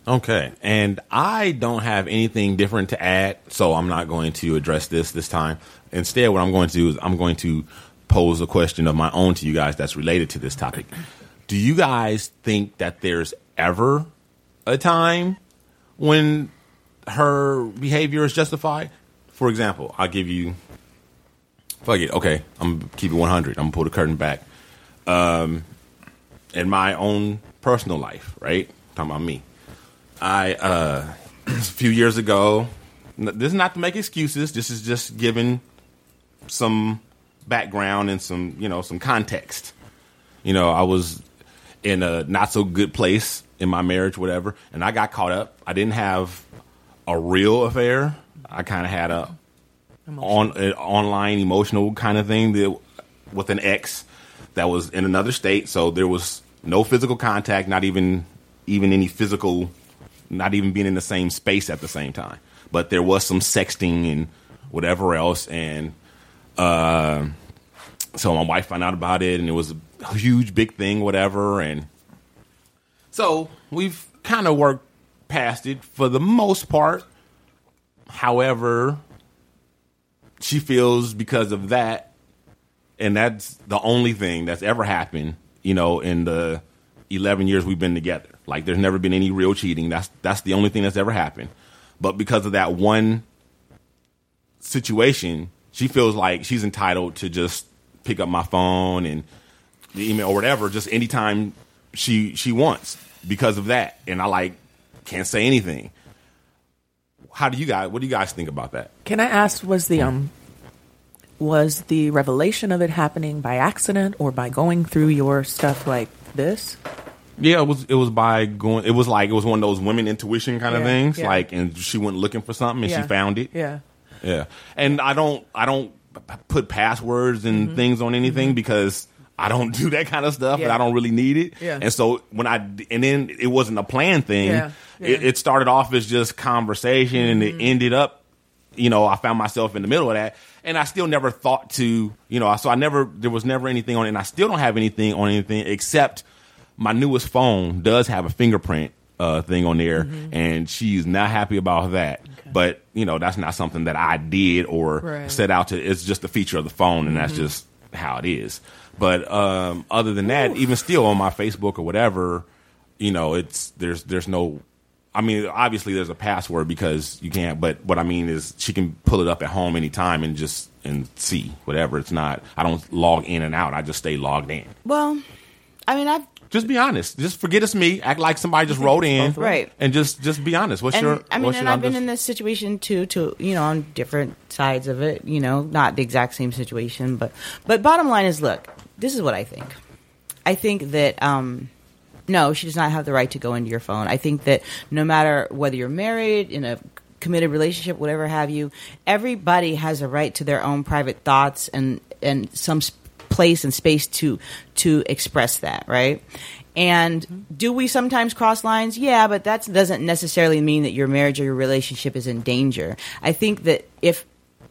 S3: Okay. And I don't have anything different to add, so I'm not going to address this this time. Instead, what I'm going to do is I'm going to pose a question of my own to you guys that's related to this topic. Do you guys think that there's ever a time when her behavior is justified? For example, I'll give you fuck it. Okay, I'm keeping 100. I'm gonna pull the curtain back. Um, in my own personal life, right? Talking about me. I uh, a few years ago. n- This is not to make excuses. This is just giving some background and some you know some context. You know, I was in a not so good place in my marriage, whatever, and I got caught up. I didn't have a real affair. I kind of had a on an online emotional kind of thing that, with an ex that was in another state. So there was No physical contact, not even even any physical, not even being in the same space at the same time. But there was some sexting and whatever else, and uh, so my wife found out about it, and it was a huge big thing, whatever, and so we've kind of worked past it for the most part. However, she feels because of that, and that's the only thing that's ever happened, you know, in the 11 years we've been together. Like, there's never been any real cheating. That's that's the only thing that's ever happened. But because of that one situation, she feels like she's entitled to just pick up my phone and the email or whatever, just anytime she she wants because of that. And I like can't say anything. How do you guys? What do you guys think about that?
S4: Can I ask? Was the um, was the revelation of it happening by accident or by going through your stuff like this?
S3: Yeah, it was it was by going. It was like it was one of those women intuition kind of
S4: Yeah,
S3: things.
S4: yeah.
S3: Like, and she went looking for something and
S4: Yeah.
S3: she found it.
S4: Yeah.
S3: Yeah, and I don't I don't put passwords and
S4: Mhm.
S3: things on anything because I don't do that kind of stuff and
S4: Yeah.
S3: I don't really need it.
S4: Yeah.
S3: And so when I and then it wasn't a planned thing.
S4: Yeah. Mm-hmm.
S3: It, it started off as just conversation and it ended up, you know, I found myself in the middle of that and I still never thought to, you know, so I never there was never anything on it and I still don't have anything on anything except my newest phone does have a fingerprint uh, thing on there, and she's not happy about that. But you know, that's not something that I did or
S21: Right.
S3: set out to. It's just a feature of the phone, and
S6: Mm-hmm.
S3: that's
S21: Mhm.
S3: just how it is. But um, other than that, even still on my Facebook or whatever, you know, it's there's there's no. I mean, obviously there's a password because you can't. But what I mean is, she can pull it up at home anytime and just and see whatever. It's not. I don't log in and out. I just stay logged in.
S6: Well, I mean, I've
S3: Just be honest. Just forget it's me. Act like somebody just rolled in,
S6: both ways. Right.
S3: And just just be honest. What's
S6: and,
S3: your?
S6: I mean,
S3: what's
S6: and
S3: your-
S6: I've been
S3: just-
S6: in this situation too, to you know, on different sides of it. You know, not the exact same situation, but but bottom line is, look, this is what I think. I think that um, no, she does not have the right to go into your phone. I think that no matter whether you're married in a committed relationship, whatever have you, everybody has a right to their own private thoughts and and some s- place and space to to express that, right? And do we sometimes cross lines? Yeah, but that doesn't necessarily mean that your marriage or your relationship is in danger. I think that if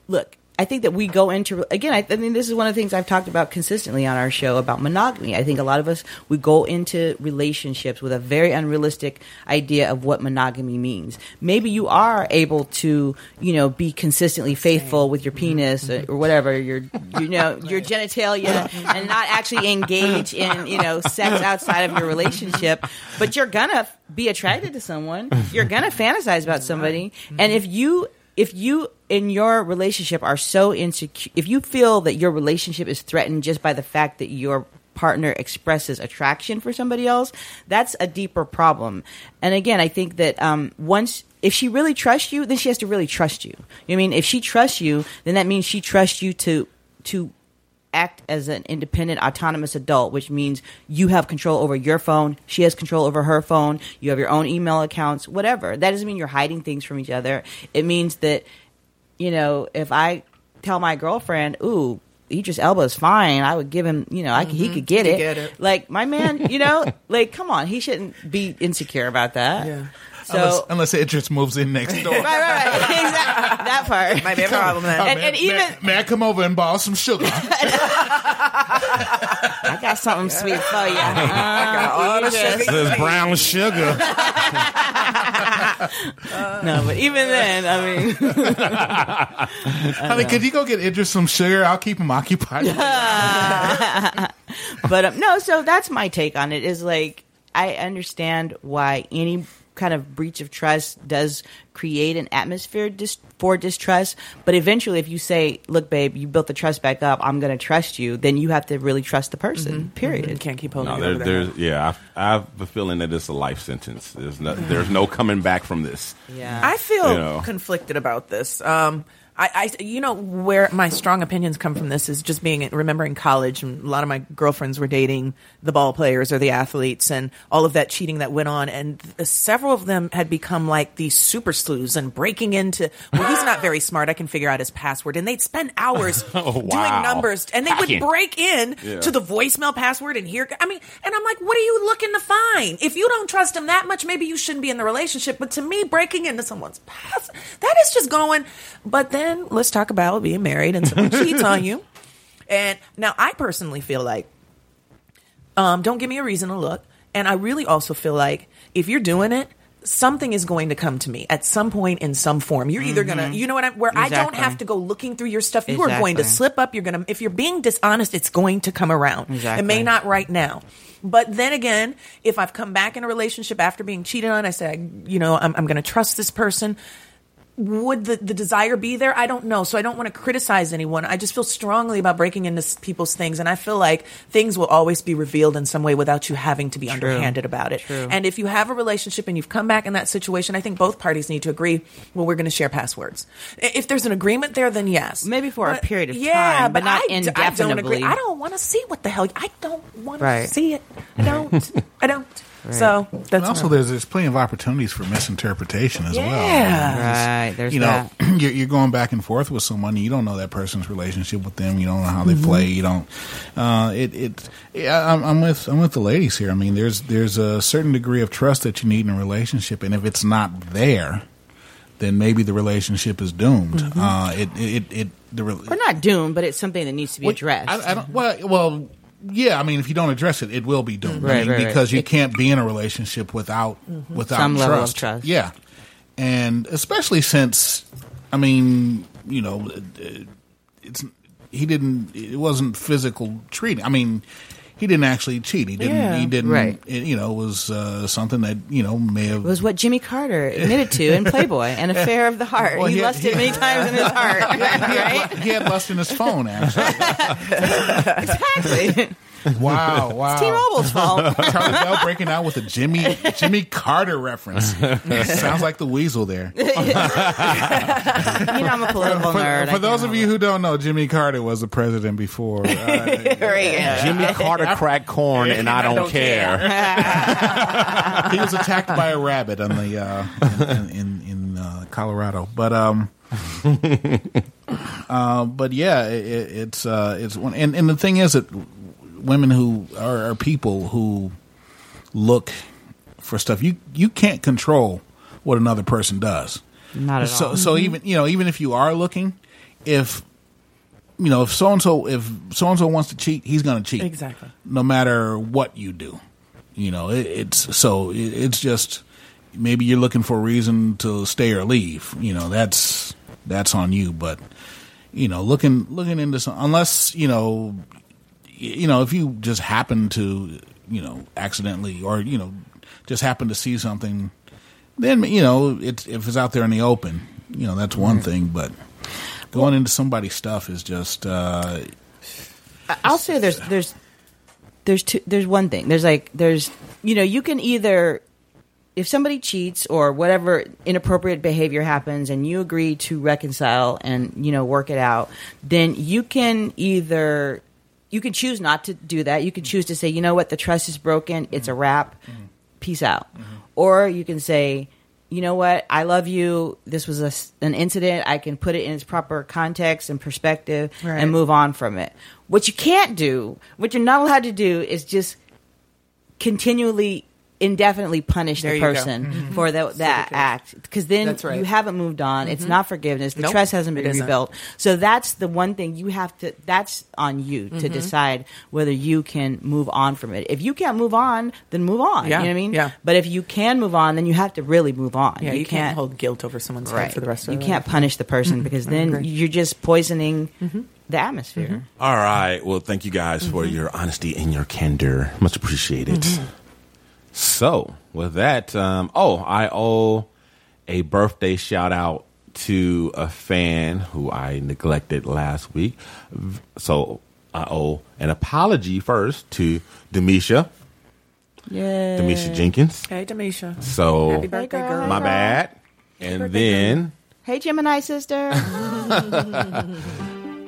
S6: look i think that we go into again I, I mean this is one of the things i've talked about consistently on our show about monogamy i think a lot of us we go into relationships with a very unrealistic idea of what monogamy means maybe you are able to you know be consistently faithful with your penis uh, or whatever your you know your genitalia and not actually engage in you know sex outside of your relationship but you're gonna be attracted to someone you're gonna fantasize about somebody and if you if you in your relationship are so insecure if you feel that your relationship is threatened just by the fact that your partner expresses attraction for somebody else that's a deeper problem and again i think that um, once if she really trusts you then she has to really trust you you know what i mean if she trusts you then that means she trusts you to to act as an independent autonomous adult which means you have control over your phone she has control over her phone you have your own email accounts whatever that doesn't mean you're hiding things from each other it means that you know if i tell my girlfriend ooh Idris Elba is fine. I would give him, you know, I, could Mm-hmm. he could get
S1: He
S6: it.
S1: get it.
S6: Like my man, you know, like come on, he shouldn't be insecure about that. Yeah. So
S5: unless, unless the interest moves in next door.
S6: right, right, right. Exactly. That part might be a problem.
S5: Oh,
S6: And,
S5: man,
S6: and even
S5: man, man, come over and borrow some sugar.
S6: I got something sweet for Uh, you.
S3: This brown sugar.
S6: no, but even then, I mean,
S5: I mean, could you go get Idris some sugar? I'll keep him occupied.
S6: but um, no, so that's my take on it. Is like I understand why any kind of breach of trust does create an atmosphere dis- for distrust. But eventually, if you say, "Look, babe, you built the trust back up. I'm going to trust you," then you have to really trust the
S5: Mm-hmm.
S6: person. Period.
S4: Can't keep
S3: No, there, there's yeah. I, I have the feeling that it's a life sentence. There's no there's no coming back from this.
S4: I feel
S3: You know.
S4: conflicted about this. Um, I, I, you know, where my strong opinions come from this is just being remembering college, and a lot of my girlfriends were dating the ball players or the athletes, and all of that cheating that went on, and th- several of them had become like these super sleuths and breaking into. Well, he's not very smart. I can figure out his password. And they'd spend hours
S3: Oh, wow.
S4: doing numbers, and they
S3: Hacking.
S4: would break in
S3: Yeah.
S4: to the voicemail password and hear. I mean, and I'm like, what are you looking to find? If you don't trust him that much, maybe you shouldn't be in the relationship. But to me, breaking into someone's pass that is just going. But then let's talk about being married and someone cheats on you. And now I personally feel like, um, don't give me a reason to look. And I really also feel like if you're doing it, something is going to come to me at some point in some form. You're either gonna,
S1: Mhm.
S4: you know what I'm, where I don't
S1: Exactly.
S4: have to go looking through your stuff. You are going
S1: Exactly.
S4: to slip up. You're gonna, if you're being dishonest, it's going to come around. It
S1: Exactly.
S4: may not right now. But then again, if I've come back in a relationship after being cheated on, I said, you know, I'm, I'm going to trust this person would the, the desire be there? I don't know. So I don't want to criticize anyone. I just feel strongly about breaking into s- people's things. And I feel like things will always be revealed in some way without you having to be underhanded about it.
S1: True.
S4: And if you have a relationship and you've come back in that situation, I think both parties need to agree, well, we're going to share passwords. I- If there's an agreement there, then yes. Maybe
S6: for a period of
S4: yeah,
S6: time, but not
S4: I d- I don't agree.
S6: indefinitely.
S4: I don't want to see what the hell. I don't want
S6: Right.
S4: to see it. I don't. I don't. So that's
S5: and also
S4: where-
S5: there's there's plenty of opportunities for misinterpretation as well.
S4: Yeah.
S6: Right, there's
S5: you know you're, you're going back and forth with someone and you don't know that person's relationship with them. You don't know how they
S4: Mm-hmm.
S22: Mhm.
S5: play. You don't. Uh, it it yeah, I'm, I'm with I'm with the ladies here. I mean there's there's a certain degree of trust that you need in a relationship, and if it's not there, then maybe the relationship is doomed.
S4: Mm-hmm.
S6: Mhm.
S5: Uh, it, it it the re-
S6: We're not doomed, but it's something that needs to be addressed.
S5: I, I don't, well, well, yeah. I mean, if you don't address it, it will be doomed.
S6: Right,
S5: I mean,
S6: right, right.
S5: because you can't be in a relationship without without
S6: Some
S5: trust.
S6: level of trust.
S5: Yeah, and especially since, I mean, you know, uh, it's he didn't. It wasn't physical treating. I mean. He didn't actually cheat. He didn't.
S6: Yeah.
S5: He didn't.
S6: Right.
S5: It, you know, was uh, something that you know may have
S6: It was what Jimmy Carter admitted to in Playboy, an affair of the heart.
S5: Well,
S6: he,
S5: he-
S6: lusted many times in his heart. right?
S5: he had lust in his phone. Actually,
S6: exactly.
S5: Wow, wow.
S6: It's T-Robble's fault.
S5: Charlie Bell breaking out with a Jimmy Jimmy Carter reference. Sounds like the weasel there.
S6: you know, I'm a political
S5: For,
S6: nerd.
S5: for those of you who don't know, Jimmy Carter was the president before. Uh,
S3: Jimmy Carter cracked corn, and I don't, care.
S5: he was attacked by a rabbit on the uh, in in, in uh, Colorado, but um, uh, but yeah, it, it- it's uh, it's one, and and the thing is that women who are, are people who look for stuff you you can't control what another person does.
S6: Not at
S5: so
S6: all.
S5: so
S6: Mhm.
S5: even you know even if you are looking, if you know if so and so if so and so wants to cheat, he's going to cheat
S4: Exactly.
S5: no matter what you do. You know, it, it's so it, it's just maybe you're looking for a reason to stay or leave. You know, that's that's on you. But you know, looking looking into some, unless you know, y- you know, if you just happen to you know accidentally or you know just happen to see something, then you know it's if it's out there in the open, you know that's one thing. But going into somebody's stuff is just. uh
S6: I- I'll say there's there's there's two there's one thing. There's like there's you know, you can either if somebody cheats or whatever inappropriate behavior happens and you agree to reconcile and you know work it out, then you can either you can choose not to do that. You can choose to say, you know what, the trust is broken. It's a wrap. Peace out. Or you can say, you know what, I love you. This was a s an incident. I can put it in its proper context and perspective
S1: Right.
S6: and move on from it. What you can't do, what you're not allowed to do, is just continually indefinitely punish
S1: There
S6: the
S1: you go.
S6: person
S1: Mhm.
S6: for that, that act because then
S1: That's right.
S6: you haven't moved on it's
S1: Mhm.
S6: not forgiveness the
S1: Nope.
S6: trust hasn't
S1: It
S6: been
S1: isn't.
S6: rebuilt so that's the one thing you have to that's on you to
S1: Mhm.
S6: decide whether you can move on from it if you can't move on then move on
S4: Yeah.
S6: you know what i mean
S4: Yeah.
S6: but if you can move on then you have to really move on
S4: Yeah, you, can't, hold guilt over someone's head
S6: right.
S4: for the rest of
S6: you
S4: their
S6: can't
S4: life.
S6: punish the person
S4: Mhm.
S6: because
S4: I
S6: then
S4: agree. Mm-hmm.
S6: you're just poisoning the atmosphere
S3: All right. Well, thank you guys for
S5: Mm-hmm.
S3: your honesty and your candor. Much appreciated.
S6: Mm-hmm.
S3: So, with that, um, oh, I owe a birthday shout out to a fan who I neglected last week. V- So, I owe an apology first to Demisha.
S4: Yeah.
S3: Demisha Jenkins.
S4: Hey, Demisha.
S3: So,
S6: Happy birthday, Hey, girl.
S3: my bad. And then,
S6: hey gemini sister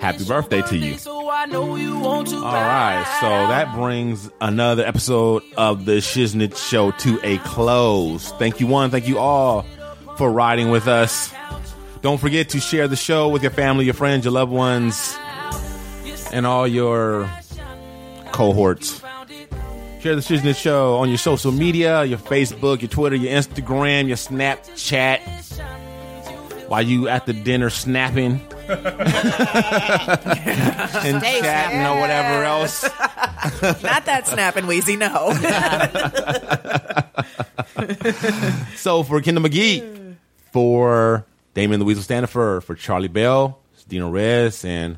S3: happy birthday to you.
S6: so i know you want to
S3: All right, so that brings another episode of the Shiznit Show to a close. Thank you, one. Thank you all for riding with us. Don't forget to share the show with your family, your friends, your loved ones, and all your cohorts. Share the Shiznit Show on your social media, your Facebook, your Twitter, your Instagram, your Snapchat. While you at the dinner snapping and
S1: Stay
S3: chatting or whatever else.
S1: Not that snapping, Wheezy. No.
S3: so for Kendall McGee, for Damon the Weasel Stanifer, for Charlie Bell, it's Dino Rez, and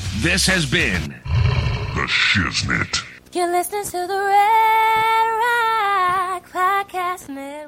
S11: This has been The Shiznit.
S7: You're listening to the Red Rock Podcast Network.